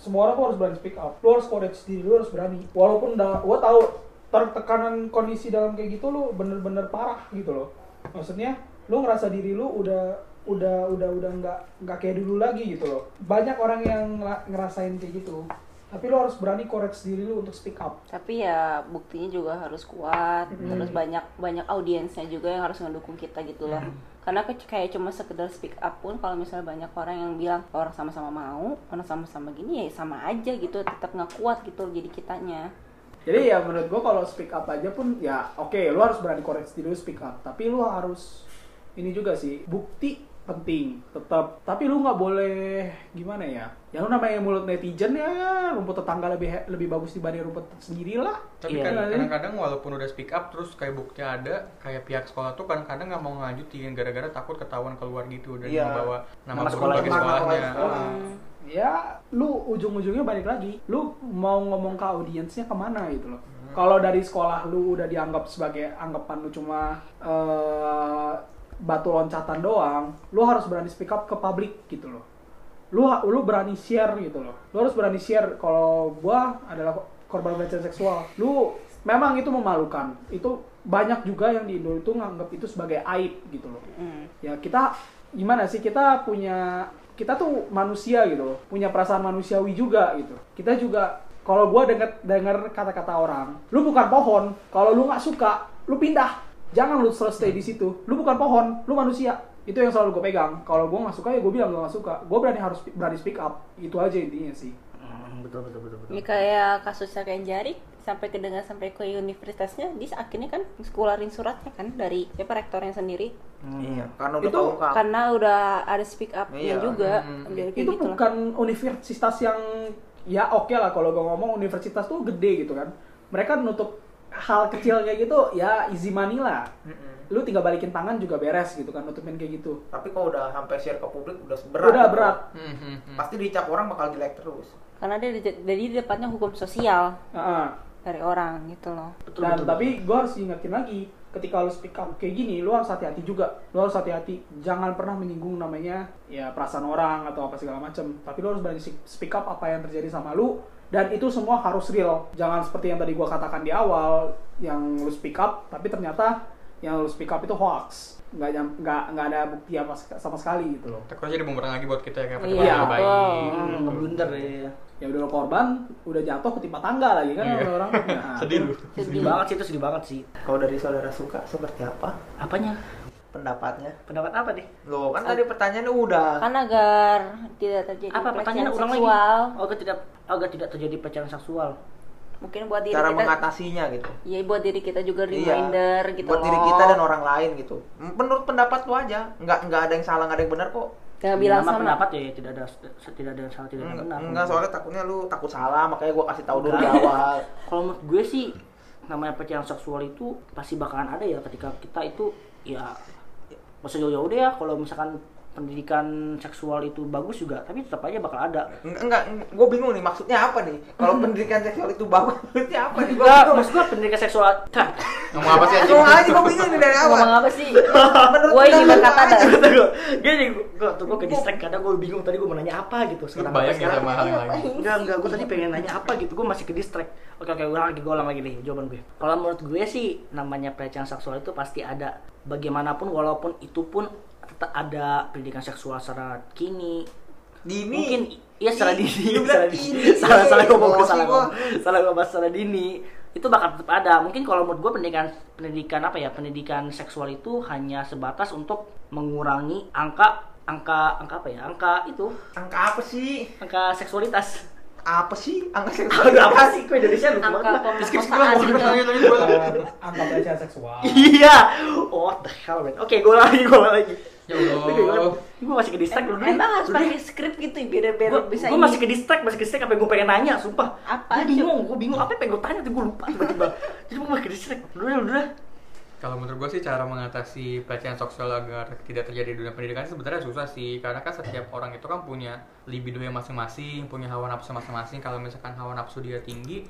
semua orang tuh harus berani speak up. Lu harus courage diri, lu harus berani. Walaupun udah, gua tahu tertekanan kondisi dalam kayak gitu lu bener-bener parah gitu loh. Maksudnya lu ngerasa diri lu udah udah udah udah nggak nggak kayak dulu lagi gitu loh. Banyak orang yang ngera- ngerasain kayak gitu. Tapi lu harus berani courage diri lu untuk speak up.
tapi ya buktinya juga harus kuat terus banyak banyak audiensnya juga yang harus ngedukung kita gitu loh karena ke- kayak cuma sekedar speak up pun kalau misalnya banyak orang yang bilang "Oh, orang sama-sama mau orang sama-sama gini ya sama aja gitu tetap nggak kuat gitu jadi kitanya
Jadi ya menurut gua kalau speak up aja pun ya oke lu harus berani koreksi diri lu speak up tapi lu harus ini juga sih bukti penting tetap tapi lu nggak boleh gimana ya ya lu namanya mulut netizen ya rumput tetangga lebih lebih bagus dibanding rumput sendiri lah
Tapi
Iya,
kan
iya.
kadang-kadang walaupun udah speak up terus kayak bukti ada, kayak pihak sekolah tuh kadang-kadang nggak mau ngajutin gara-gara takut ketahuan keluar gitu dan
Iya.
membawa nama,
Nama
buruk
sekolah
bagi
juga.
sekolahnya.
Nama sekolah.
Hmm.
ya lu ujung-ujungnya balik lagi lu mau ngomong ke audiensnya kemana gitu loh kalau dari sekolah lu udah dianggap sebagai anggapan lu cuma eh, batu loncatan doang lu harus berani speak up ke publik gitu loh lu ha- lu berani share gitu loh lu harus berani share kalau gua adalah korban pelecehan seksual lu memang itu memalukan itu banyak juga yang di Indo itu nganggap itu sebagai aib gitu loh
Hmm.
ya kita gimana sih kita punya kita tuh manusia gitu loh punya perasaan manusiawi juga gitu kita juga kalau gua denger denger kata-kata orang lu bukan pohon kalau lu nggak suka lu pindah jangan lu selalu stay di situ lu bukan pohon lu manusia itu yang selalu gue pegang kalau gua nggak suka ya gue bilang gue nggak suka gue berani harus berani speak up itu aja intinya sih
Hmm, betul betul betul betul.
ini kayak kasusnya kayak jarik sampai kedengar sampai ke universitasnya dia akhirnya kan keluarin suratnya kan dari siapa rektornya sendiri
Hmm.
Iya, karena udah
Itu
terungkap.
karena udah ada speak up-nya
Iya.
juga
Hmm.
Jadi kayak
itu
gitu lah.
bukan universitas yang ya oke lah kalau gue ngomong universitas tuh gede gitu kan mereka nutup hal kecil kayak gitu ya easy money lah
Mm-mm.
lu tinggal balikin tangan juga beres gitu kan nutupin kayak gitu
Tapi kalau udah sampai share ke publik udah berat.
udah berat
Hmm, hmm, hmm.
Pasti dicap orang bakal jelek terus.
karena dia di- jadi dia dapatnya hukum sosial
Heeh.
dari orang gitu loh
Betul,
dan
betul,
tapi gue harus ingetin lagi ketika lu speak up kayak gini lu harus hati-hati juga lu harus hati-hati jangan pernah menyinggung namanya ya perasaan orang atau apa segala macem tapi lu harus berani speak up apa yang terjadi sama lu dan itu semua harus real jangan seperti yang tadi gue katakan di awal yang lu speak up tapi ternyata yang lu speak up itu hoax nggak nyam- nggak nggak ada bukti apa sek- sama sekali gitu loh
Takutnya jadi bumerang lagi buat kita ya kayak
Iya,
percobaan yang baik.
betul.
Hmm, ngeblunder ya.
ya udah lu korban udah jatuh ketimpa tangga lagi kan
Iya.
orang-orang Nah,
Sedih lu.
Sedih
Sedih.
banget sih itu sedih banget sih.
Kalau dari saudara suka seperti apa
Apanya?
pendapatnya?
Pendapat apa nih?
Lo kan tadi pertanyaannya udah.
kan agar tidak terjadi
apa
pelecehan
pertanyaan ulang lagi?
seksual
Agar tidak agar tidak terjadi pelecehan seksual.
mungkin buat diri
Cara
kita
mengatasinya gitu.
ya buat diri kita juga reminder
Iya,
gitu
buat
loh
diri kita dan orang lain gitu. Menurut pendapat lu aja, nggak nggak ada yang salah, nggak ada yang benar kok.
Jangan bilang
Nama
sama
pendapat ya tidak ada tidak ada yang salah
Iya,
tidak ada yang benar.
Enggak, enggak, soalnya takutnya lu takut salah, makanya gua kasih tahu dulu di
Enggak.
awal.
Kalau menurut gue sih namanya pelecehan seksual itu pasti bakalan ada ya ketika kita itu ya nggak usah jauh-jauh deh ya kalau misalkan pendidikan seksual itu bagus juga tapi tetap aja bakal ada
Enggak, enggak, gue bingung nih maksudnya apa nih?
Hmm.
Kalau pendidikan seksual itu bagus, maksudnya apa nih? Gua
Enggak,
bingung.
maksud gue pendidikan seksual kan
Ngomong apa sih anjing?
Ngomong aja gue bingung nih dari awal.
ngomong apa sih
Menurut
gue ini
pendapat
berkata
lu aja.
dah
Kata gue, gini, gue tuh gue ke distract kadang gue bingung tadi gue mau nanya apa gitu
Lu
sekarang
bayang ya
sekarang-
sama hal yang lain.
Enggak, enggak, gue tadi pengen nanya apa gitu, gue masih ke distract Oke, oke, ulang lagi, gue ulang lagi nih jawaban gue Kalau menurut gue sih, namanya pelecehan seksual itu pasti ada Bagaimanapun, walaupun itu pun tetap ada pendidikan seksual secara kini
Dini.
Mungkin, iya secara
Dini. Lu
dini,
bilang
secara dini
dini.
Salah, salah ngomong,
Emosi
gue salah
gua.
ngomong Salah ngomong, secara dini itu bakal tetap ada. Mungkin kalau menurut gue pendidikan pendidikan apa ya pendidikan seksual itu hanya sebatas untuk mengurangi angka angka angka apa ya angka itu
Angka apa sih?
angka seksualitas
Apa sih? Angka seksual.
Agak apa sih? Kok Indonesia lupa
angka
banget.
pemerkosaan gitu
eh, angka pelecehan seksual
Iya. What the hell, man. Oke, gue lagi, gue lagi.
Ya Allah.
Gue masih ke distract dulu.
emang harus pakai skrip gitu biar-biar bisa
Gue
ini.
masih ke distract, masih ke distract apa yang gue pengen nanya, sumpah.
Apa,
Gue bingung, gue bingung apa yang pengen gue tanya tuh gue lupa tiba-tiba. Jadi gue masih ke distract. Dulu dulu dulu.
Kalau menurut gue sih cara mengatasi pelecehan seksual agar tidak terjadi di dunia pendidikan sih sebenarnya susah sih karena kan setiap orang itu kan punya libido yang masing-masing, punya hawa nafsu masing-masing. Kalau misalkan hawa nafsu dia tinggi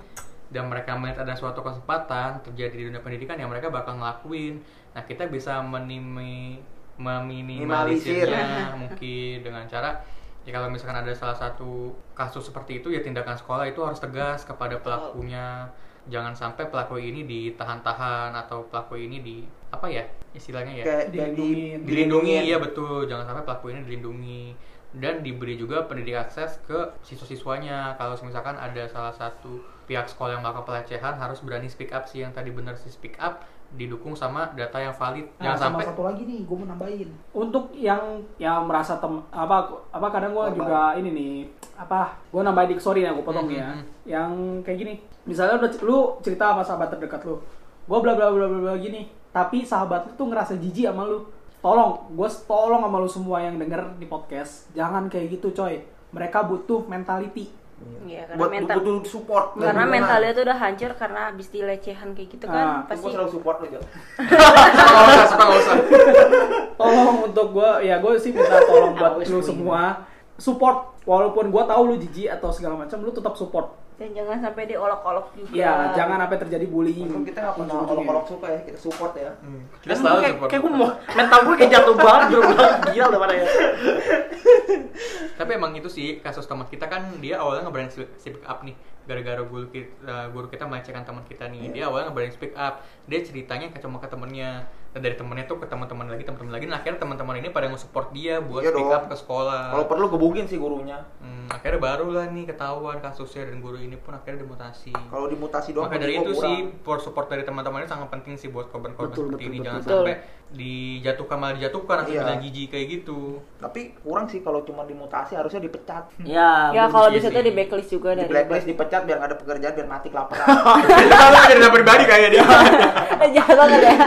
dan mereka melihat ada suatu kesempatan terjadi di dunia pendidikan ya mereka bakal ngelakuin. Nah kita bisa menimi meminimalisirnya mungkin dengan cara Ya kalau misalkan ada salah satu kasus seperti itu ya tindakan sekolah itu harus tegas kepada pelakunya. Jangan sampai pelaku ini ditahan-tahan atau pelaku ini di apa ya istilahnya ya
kayak kayak
Dilindungin.
di-
dilindungi ya betul. Jangan sampai pelaku ini dilindungi dan diberi juga pendidik akses ke siswa-siswanya. Kalau misalkan ada salah satu pihak sekolah yang melakukan pelecehan harus berani speak up sih yang tadi benar sih speak up didukung sama data yang valid. Jangan
Nah, sama
sampai
satu lagi nih, gue mau
Iya,
nambahin.
Dilindungin.
Untuk yang yang merasa tem apa apa kadang gue
Korban.
juga ini nih apa gue nambahin dik sorry ya gue potong
Mhm,
ya.
mhm.
Yang kayak gini, misalnya udah lu cerita sama sahabat terdekat lu, gue bla bla bla bla bla gini, tapi sahabat lu tuh ngerasa jijik sama lu. Tolong, gue tolong sama lu semua yang denger di podcast, jangan kayak gitu coy. Mereka butuh mentality.
Iya, karena
buat
mental.
butuh support
karena
Butuh
mentalnya tuh udah hancur karena abis dilecehan kayak gitu
Ah,
kan
Gua
pasti
selalu support lu Jo
Nggak usah, suka nggak usah.
tolong untuk gue ya gue sih minta tolong buat
Always
lu
doing.
semua support walaupun gue tahu lu jijik atau segala macam lu tetap support
dan jangan sampai diolok-olok juga
ya jangan sampai terjadi bullying
Walaupun Kan kita nggak pernah
Ujung-ujungnya.
olok-olok Iya. suka ya kita support ya
Hmm. Kita selalu
kayak,
support.
kayak gue mau mental gue kayak jatuh banget gitu gila udah pada ya
Tapi emang itu sih kasus teman kita kan dia awalnya ngeberani speak up nih gara-gara guru kita, guru kita melecehkan teman kita nih.
Iya.
Dia awalnya ngeberani speak up. Dia ceritanya ke cuma ke temennya. Dan dari temennya tuh ke teman-teman lagi, teman-teman lagi. Nah, akhirnya teman-teman ini pada nge-support dia buat
Iya
speak
dong.
up ke sekolah.
kalau perlu gebugin sih gurunya
Hmm, akhirnya barulah nih ketahuan kasusnya dan guru ini pun akhirnya dimutasi.
kalau dimutasi doang
Maka dari
menurut
itu
gua
sih
kurang.
support support dari teman-temannya sangat penting sih buat korban-korban
Betul,
seperti
betul,
ini
betul,
jangan
betul.
sampai dijatuhkan malah dijatuhkan atau
Iya.
bilang jijik kayak gitu.
tapi kurang sih kalau cuma dimutasi harusnya dipecat
ya
ya kalau
Iya
bisa
sih.
tuh di backlist juga
di
dari
blacklist dipecat biar nggak ada pekerjaan biar mati kelaparan
Kalau ada dendam pribadi kayaknya dia.
Eh, jangan banget ya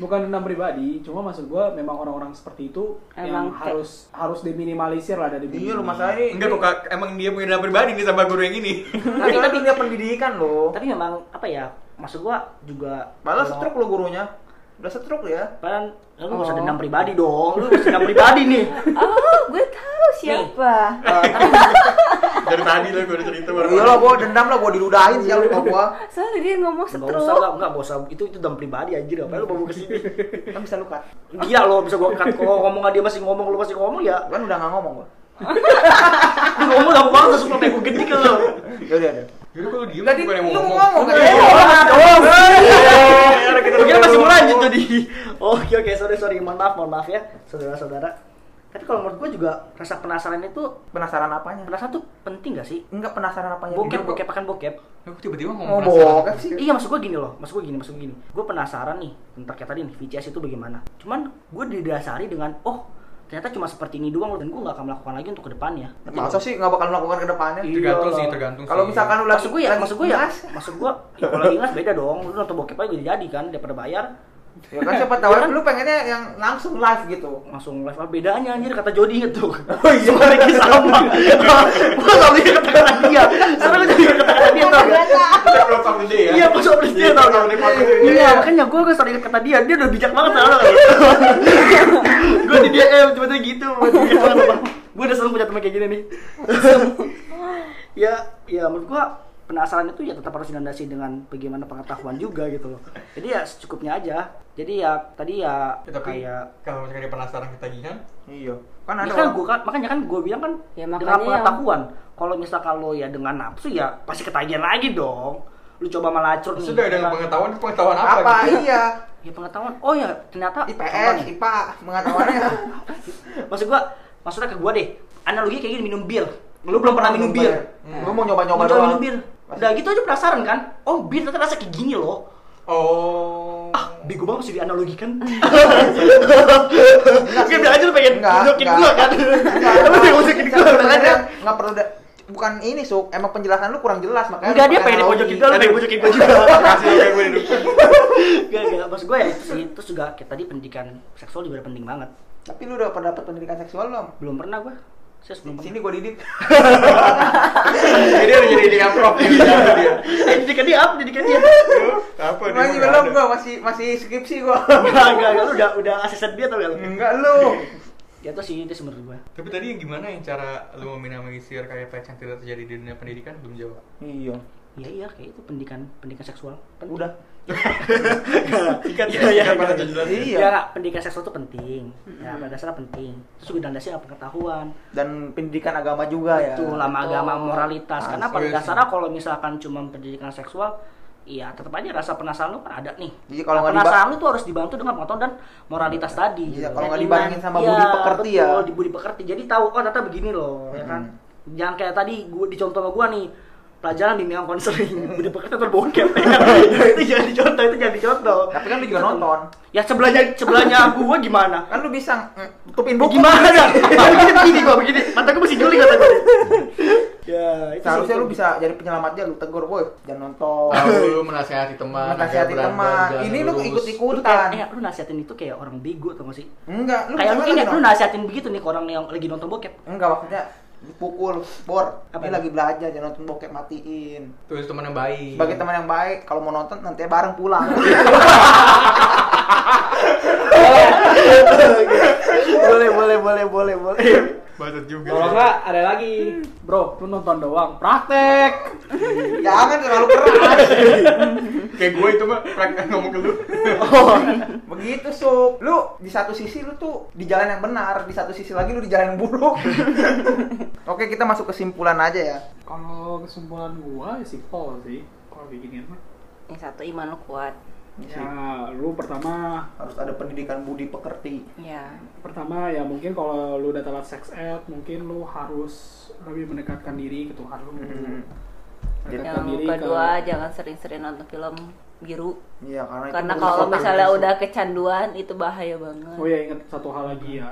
bukan dendam pribadi cuma maksud gue memang orang-orang seperti itu yang
Emang kayak-
harus harus diminimalisir lah dari
iya
diri.
lu masalahnya
Enggak kok Kak. emang dia punya dendam pribadi nih sama guru yang ini.
tapi kan dunia pendidikan lo
tapi memang apa ya maksud gue juga
malah
kalau-
setruk lo gurunya udah setruk ya
Padahal lu nggak usah
Oh.
dendam pribadi dong, lu harus dendam pribadi nih.
oh gue tahu siapa
Dari tadi lah gue udah cerita baru.
iya lah gua dendam lah gua diludahin sih lu sama gua
soalnya dia
Enggak
ngomong
usah,
setruk
enggak, enggak usah. Itu itu dendam pribadi anjir, ngapain lu bawa ke sini?
kan bisa lu cut
Gila lo bisa gua cut kalau ngomong dia masih ngomong lu masih ngomong ya.
kan udah nggak ngomong gua
Lu ngomong enggak apa-apa terus lu pegu gede ke lu.
ya udah udah
Jadi kalau diem
tadi
bukan yang
lu
mau
ngomong
ngomong. iya.
kan?
Eh,
Eh,
Lu kira masih mau lanjut tadi. Oh, oke oke, sorry sorry, mohon maaf, mohon maaf ya, saudara-saudara. Tapi kalau menurut gua juga rasa penasaran itu
penasaran apanya
penasaran tuh penting gak sih?
enggak penasaran apanya
Bokep, bokep akan bokep.
Aku tiba-tiba ngomong
mau
perasaan.
bokep sih
Iya maksud gue gini loh, maksud gue gini, maksud gue gini. Gue penasaran nih tentang kayak tadi nih VCS itu bagaimana. Cuman gue didasari dengan oh ternyata cuma seperti ini doang loh, dan gue nggak akan melakukan lagi untuk ya. kedepannya. Ngerti
masa
nggak?
sih nggak bakal melakukan ke depannya
Iya
Tergantung
lah.
sih, tergantung.
kalau
sih.
misalkan lu lagi
Maksud gue ya, maksud gue ya,
ngas,
maksud gue ya kalau lagi ngas beda dong. Lu nonton bokep aja gue jadi kan daripada bayar
ya kan siapa tahu lu pengennya yang langsung live gitu
langsung live apa bedanya anjir kata Jody inget tuh.
Oh iya.
Semua lagi sama. Gue gak bisa kata-kata dia. Sampai gue jadi
Iya,
kata-kata dia
kan?
tau gak?
Kita belum tahu dulu ya.
Iya, pas upload dia tau gak? Iya, makanya gue gue sering kata dia, dia udah bijak banget sama lo. Gue di DM tiba-tiba gitu, gue udah sering punya teman kayak gini nih. ya, ya menurut gue penasaran itu ya tetap harus dilandasi dengan bagaimana pengetahuan juga gitu loh. Jadi ya secukupnya aja. Jadi ya tadi ya
Ya, Tapi
kayak
kalau misalkan dia penasaran ketagihan,
iya kan
Ya
ada
kan
orang-
gua kan- makanya kan gue bilang kan
Ya,
dengan
makanya
pengetahuan kalau misalkan lo ya dengan nafsu ya pasti ketagihan lagi dong lu coba melacur nih kan?
sudah dengan pengetahuan, pengetahuan Hmm. Iya. apa?
apa
gitu?
iya
ya pengetahuan oh ya ternyata
IPS
Contoh nih.
IPA pengetahuannya
maksud gua maksudnya ke gua deh analogi kayak gini minum bir lu belum pernah minum bir
lu mau nyoba nyoba
Lu coba
doang
minum bir udah gitu aja penasaran kan oh bir ternyata rasa kayak gini loh
Oh.
ah bego banget sih dianalogikan Gak bilang aja lu pengen
Enggak,
nunjukin
enggak.
gua kan Lu pengen nunjukin gua makanya
nggak perlu da- bukan ini suk emang penjelasan lu kurang jelas makanya
Enggak
lu
dia
pakai
pengen
analogi.
dipojokin gua, lu pengen pojokin gua juga
Kasih ya gue hidup.
Gak, gak, maksud gue ya itu sih Terus juga kayak tadi pendidikan seksual juga udah penting banget
tapi lu udah pernah dapet pendidikan seksual belum
Belum pernah gue Serius
Di
belum pernah
sini gua didik
Jadi harus jadi dengan prof gitu, dia.
Eh, Pendidikan dia apa? Pendidikan dia
Apa dia?
masih
udah
belum
ada.
gua masih masih skripsi gua
Gak, gak, gak, lu udah, udah asisten dia tau gak lu?
enggak lu
Ya itu sih, itu sih menurut gue
Tapi tadi yang gimana yang cara lu meminimalisir kayak pelecehan tidak terjadi di dunia pendidikan belum jawab.
Iya.
Iya iya kayak itu pendidikan pendidikan seksual. Penting.
Udah.
Ikat
Iya,
ya,
iya,
iya,
iya,
pada
iya.
jelasin.
Iya.
Iya, pendidikan seksual itu penting. Ya, pada dasarnya penting. Terus juga dasarnya pengetahuan.
Dan pendidikan agama juga ya.
Itu lama agama moralitas. Karena
Iya,
pada
Asli.
dasarnya kalau misalkan cuma pendidikan seksual, iya tetap aja rasa penasaran lu kan ada nih.
Jadi kalau
Nah,
nggak diba-
penasaran lu tuh harus dibantu dengan pengetahuan dan moralitas tadi.
Iya, kalau
gitu. Dan
nggak
iman.
dibarengin sama
Iya,
budi pekerti ya.
betul, di budi pekerti. Jadi tahu oh ternyata begini loh, ya kan. Jangan kayak tadi gua dicontoh sama gua nih pelajaran bimbingan konseling budi pekerti terbongkel itu jangan dicontoh itu jangan dicontoh
Tapi kan lu juga nonton.
ya sebelahnya sebelahnya gua gimana
Kan lu bisa mm, tutupin buku.
gimana ya? begini begini gua begini mata gua masih geli kata gua ya itu
Seharusnya
sih.
lu bisa jadi penyelamatnya lu tegur, boy. Jangan nonton.
Tahu lu menasehati teman.
Menasihati
agar
teman.
berantem,
Ini
jangan
lu
lurus.
lu kayak eh,
ikut-ikutan.
lu nasihatin itu kayak orang bego tau gak sih
Enggak, iya. lu
kayak lu
bisa
ini
banget
lu
dong.
nasihatin begitu nih ke orang yang lagi nonton bokep
Enggak maksudnya dipukul, bor. Ini
Apa itu?
lagi belajar jangan nonton bokep matiin.
Terus teman yang baik.
Sebagai teman yang baik, kalau mau nonton nanti bareng pulang.
boleh boleh boleh boleh boleh
Batet juga.
Kalau nggak ada lagi, bro, lu nonton doang, praktek.
Jangan terlalu keras.
kayak gue itu mah prank ngomong ke lu.
Begitu, Sup. Lu di satu sisi lu tuh di jalan yang benar, di satu sisi lagi lu di jalan yang buruk. Oke, kita masuk kesimpulan aja ya.
Kalau kesimpulan gua ya simpel sih, kalau bikinnya mah.
Yang satu iman lu kuat.
Ya, lu pertama
Harus ada pendidikan budi pekerti.
Ya.
pertama ya mungkin kalau lu udah telat sex ed mungkin lu harus lebih mendekatkan diri ke Tuhan lu
Mhm.
mendekatkan
Yang
diri
kedua
ke
jangan sering-sering nonton film biru.
Iya, karena itu
Karena
merusak
kalau
otak.
misalnya udah kecanduan itu bahaya banget.
oh ya inget satu hal lagi ya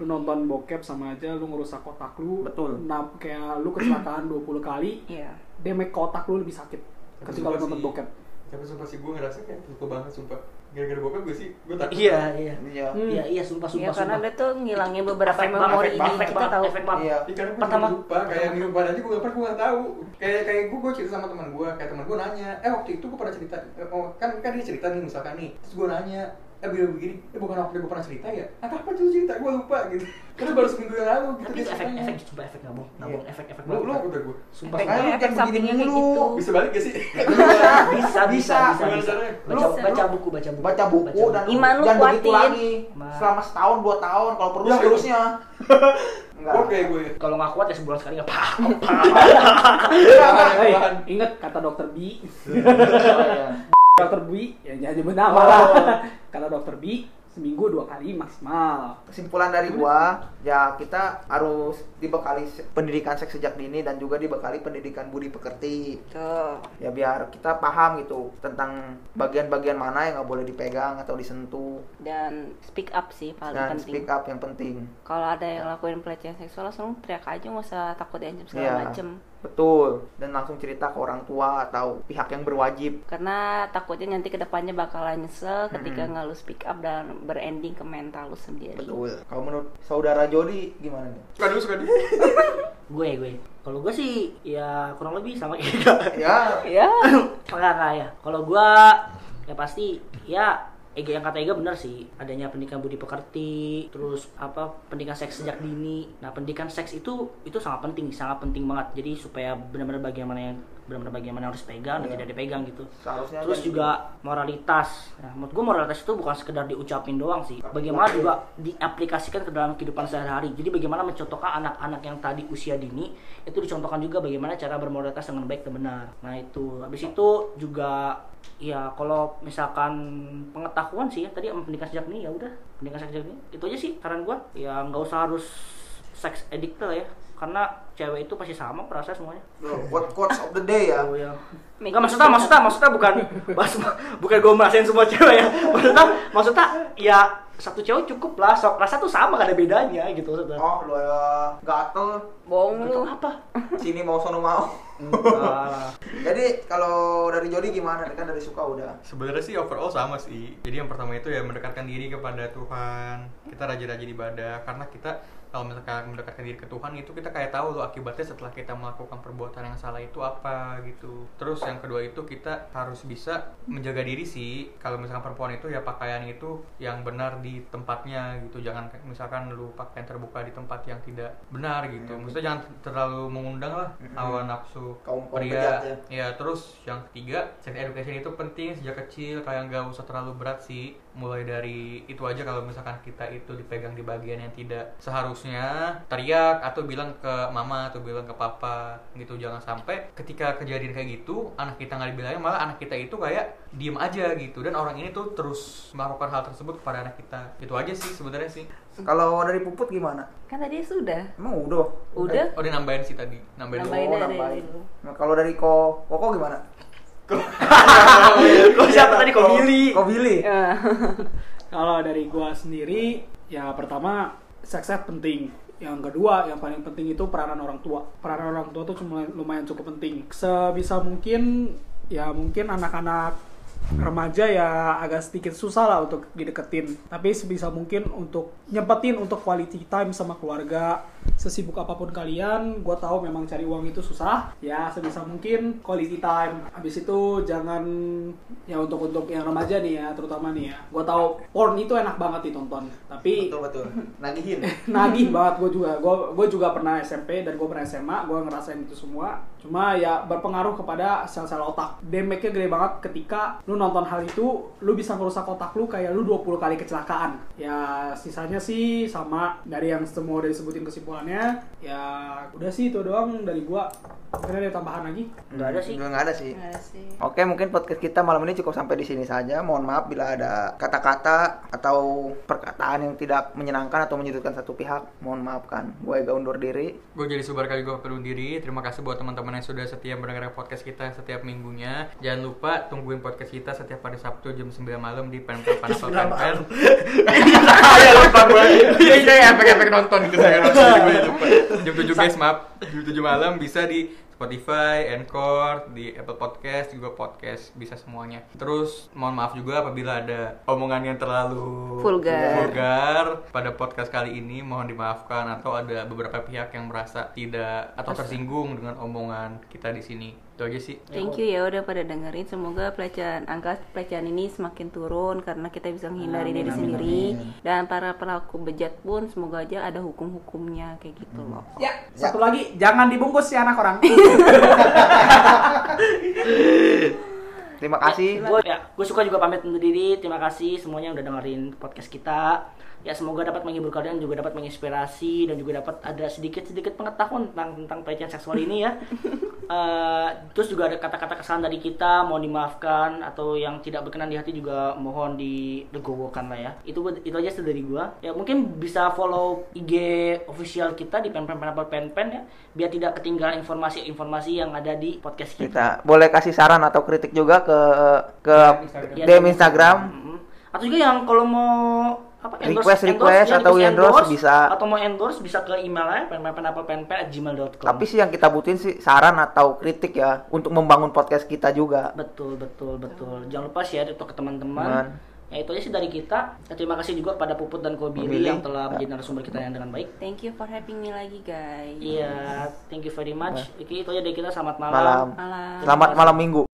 lu nonton bokep sama aja lu ngerusak otak lu
Betul.
nah, kayak lu kecelakaan 20 kali
Iya.
damage ke otak lu lebih sakit ketika lu nonton bokep
Tapi sumpah sih gue ngerasa kayak butuh banget sumpah. Gara-gara bokep gue sih gue takut.
iya iya
Iya.
Hmm.
iya iya sumpah
Iya,
sumpah
karena
sumpah.
dia tuh ngilangin beberapa
Efek banget,
memori
efek
ini
banget,
kita tahu.
efek banget.
Iya.
Ih, karena gue
Pertama-
Pertama, kan lupa kayak
gitu.
minuman aja gue gak pernah gue gak tahu kayak kayak gue gue cerita sama teman gue kayak teman gue nanya eh waktu itu gue pernah cerita eh, oh, kan kan dia cerita nih misalkan nih terus gue nanya eh begini begini eh bukan waktu gue pernah cerita ya ah kapan tuh cerita gue lupa gitu karena baru seminggu yang lalu gitu
tapi
dia
itu efek
ceritanya
efek sumpah efek nggak bohong nggak
Iya.
bohong efek efek
Lu-
banget
lu-
Takut dah gua.
sumpah
Makanya lu
Efek
jangan begini
sampingnya kayak
mulu.
gitu.
bisa balik gak sih
bisa bisa bisa,
gimana
bisa.
caranya?
Baca,
Lu-
baca buku baca buku
baca buku dan
Iman lu
jangan begitu
kuatin.
lagi
Ma.
selama setahun dua tahun kalau perlu
Ya,
seterusnya enggak
oke gue
kalau nggak kuat ya sebulan sekali nggak apa-apa
Tahan,
Hey,
tahan.
inget kata dokter B
Iya.
dokter B ya jangan nyebut nama lah kata dokter B seminggu dua kali maksimal
kesimpulan dari gua ya kita harus dibekali se- pendidikan seks sejak dini dan juga dibekali pendidikan budi pekerti
Tuh.
ya biar kita paham gitu tentang bagian-bagian mana yang nggak boleh dipegang atau disentuh
Dan speak up sih paling
dan
penting.
speak up yang penting
Kalau ada yang lakuin pelecehan seksual langsung teriak aja nggak usah takut diancam segala
Iya.
macem.
betul dan langsung cerita ke orang tua atau pihak yang berwajib
Karena takutnya nanti kedepannya bakalan nyesel ketika nggak lu speak up dan berending ke mental lu sendiri.
betul kalau menurut saudara Jody gimana nih
suka dulu suka dulu
gue ya, gue kalau gue sih ya kurang lebih sama kayak
ya
Ya.
Enggak enggak ya. Kalau gua ya pasti ya Ega yang kata Ega benar sih adanya pendidikan budi pekerti terus apa pendidikan seks sejak dini nah pendidikan seks itu itu sangat penting sangat penting banget jadi supaya benar-benar bagian mana yang benar-benar bagian mana yang harus pegang dan
Iya.
tidak dipegang gitu
seharusnya kan-
terus juga moralitas nah, menurut gue moralitas itu bukan sekedar diucapin doang sih bagaimana juga diaplikasikan ke dalam kehidupan sehari-hari jadi bagaimana mencontohkan anak-anak yang tadi usia dini itu dicontohkan juga bagaimana cara bermoralitas dengan baik dan benar nah itu habis itu juga ya kalau misalkan pengetahuan sih ya tadi sama pendidikan sejak ini ya udah pendidikan sejak ini itu aja sih saran gue ya nggak usah harus seks addict lah ya karena cewek itu pasti sama perasaan semuanya
Loh, quote quotes of the day ya
Oh ya. Enggak maksudnya maksudnya maksudnya bukan mas- bukan gue merasain semua cewek ya. Maksudnya maksudnya ya satu cewek cukup lah. Sok rasa tuh sama gak ada bedanya gitu maksudnya.
oh lo ya gatel
Bohong
Itu
lu.
apa?
sini mau sono mau
Enggak.
Jadi kalau dari Jody gimana? Kan dari suka udah.
Sebenarnya sih overall sama sih. Jadi yang pertama itu ya mendekatkan diri kepada Tuhan. Kita rajin-rajin ibadah karena kita kalau misalkan mendekatkan diri ke Tuhan itu kita kayak tahu loh akibatnya setelah kita melakukan perbuatan yang salah itu apa gitu terus yang kedua itu kita harus bisa menjaga diri sih kalau misalkan perempuan itu ya pakaian itu yang benar di tempatnya gitu jangan kayak misalkan lu pakaian terbuka di tempat yang tidak benar gitu maksudnya jangan terlalu mengundang lah hawa nafsu
Kaum- kaum bejat ya.
pria Ya terus yang ketiga sex education itu penting sejak kecil kayak nggak usah terlalu berat sih mulai dari itu aja kalau misalkan kita itu dipegang di bagian yang tidak seharusnya teriak atau bilang ke mama atau bilang ke papa gitu jangan sampai ketika kejadian kayak gitu anak kita nggak dibilangin malah anak kita itu kayak diem aja gitu dan orang ini tuh terus melakukan hal tersebut kepada anak kita itu aja sih sebenarnya sih
Kalau dari puput gimana?
Kan tadi sudah.
Emang udah.
Udah.
oh dia nambahin sih tadi nambahin
Nambahin
Oh,
ada
nambahin.
dulu.
Nah, kalau dari ko koko gimana?
Kok
iya,
siapa tadi kok Billy?
Ko Billy.
Eh,
Kalau dari gua sendiri, ya pertama sukses penting. Yang kedua, yang paling penting itu peranan orang tua. Peranan orang tua tuh cuma lumayan cukup penting. Sebisa mungkin, ya mungkin anak-anak remaja ya agak sedikit susah lah untuk dideketin. Tapi sebisa mungkin untuk nyempetin untuk quality time sama keluarga. Sesibuk apapun kalian, gua tahu memang cari uang itu susah. Ya sebisa mungkin quality time. Habis itu jangan ya untuk untuk yang remaja nih ya, terutama nih ya. Gua tahu porn itu enak banget ditonton. Tapi
betul betul nagihin
nagih banget gue juga gue juga pernah SMP dan gue pernah SMA gue ngerasain itu semua cuma ya berpengaruh kepada sel-sel otak damage-nya gede banget ketika lu nonton hal itu lu bisa merusak otak lu kayak lu 20 kali kecelakaan ya sisanya sih sama dari yang semua udah disebutin kesimpulannya ya udah sih itu doang dari gue mungkin ada tambahan lagi
Nggak ada sih.
Nggak ada sih.
Nggak sih.
Oke, mungkin podcast kita malam ini cukup sampai di sini saja. Mohon maaf bila ada kata-kata atau perkataan yang tidak menyenangkan atau menyudutkan satu pihak. Mohon maafkan. Gue Ega undur diri.
Gue jadi subar kali gue perlu diri. Terima kasih buat teman-teman yang sudah setia mendengarkan podcast kita setiap minggunya. Jangan lupa tungguin podcast kita setiap hari Sabtu jam 9 malam di Pen Pen Pen Pen Pen. Ya lupa gue. Iya iya efek-efek nonton gitu saya nonton jadi gue lupa. Jam 7 guys maaf. Jam 7 malam bisa di Spotify, Anchor, di Apple Podcast, juga podcast bisa semuanya. Terus mohon maaf juga apabila ada omongan yang terlalu
Vulgar.
Vulgar. Pada podcast kali ini mohon dimaafkan atau ada beberapa pihak yang merasa tidak atau tersinggung dengan omongan kita di sini. Itu aja sih.
Thank you ya udah pada dengerin. Semoga pelecehan angka pelecehan ini semakin turun karena kita bisa menghindari diri sendiri dan para pelaku bejat pun semoga aja ada hukum-hukumnya kayak gitu loh.
ya satu lagi jangan dibungkus si anak orang
Terima kasih.
Gue ya, gue suka juga pamit undur diri. Terima kasih semuanya yang udah dengerin podcast kita. Ya semoga dapat menghibur kalian juga dapat menginspirasi dan juga dapat ada sedikit-sedikit pengetahuan tentang tentang pelecehan seksual ini ya. Eh, terus juga ada kata-kata kesalahan dari kita, mohon dimaafkan atau yang tidak berkenan di hati juga mohon dilegowokan lah ya. Itu itu aja sih dari gua. Ya mungkin bisa follow IG official kita di pen pen pen pen pen ya biar tidak ketinggalan informasi-informasi yang ada di podcast kita.
Kita boleh kasih saran atau kritik juga ke ke
Ya,
DM Instagram.
Mm-mm. Atau juga yang kalau mau apa
Request- request
ya,
atau
request
endorse bisa.
atau mau endorse bisa ke email aja penpenpenapelpenpen@gmail.com.
Tapi sih yang kita butuhin sih saran atau kritik ya untuk membangun podcast kita juga.
betul betul betul. Jangan lupa share itu ke
Teman.
teman-teman. Ya itu aja sih dari kita. Dan terima kasih juga kepada Puput dan Kobiri
Kobiri.
yang telah menjadi
Ya.
narasumber kita yang dengan baik.
Thank you for having me lagi guys.
Iya, thank you very much. Oke, itu aja dari kita. Selamat malam.
Ya. Malam.
Malam.
Selamat malam minggu.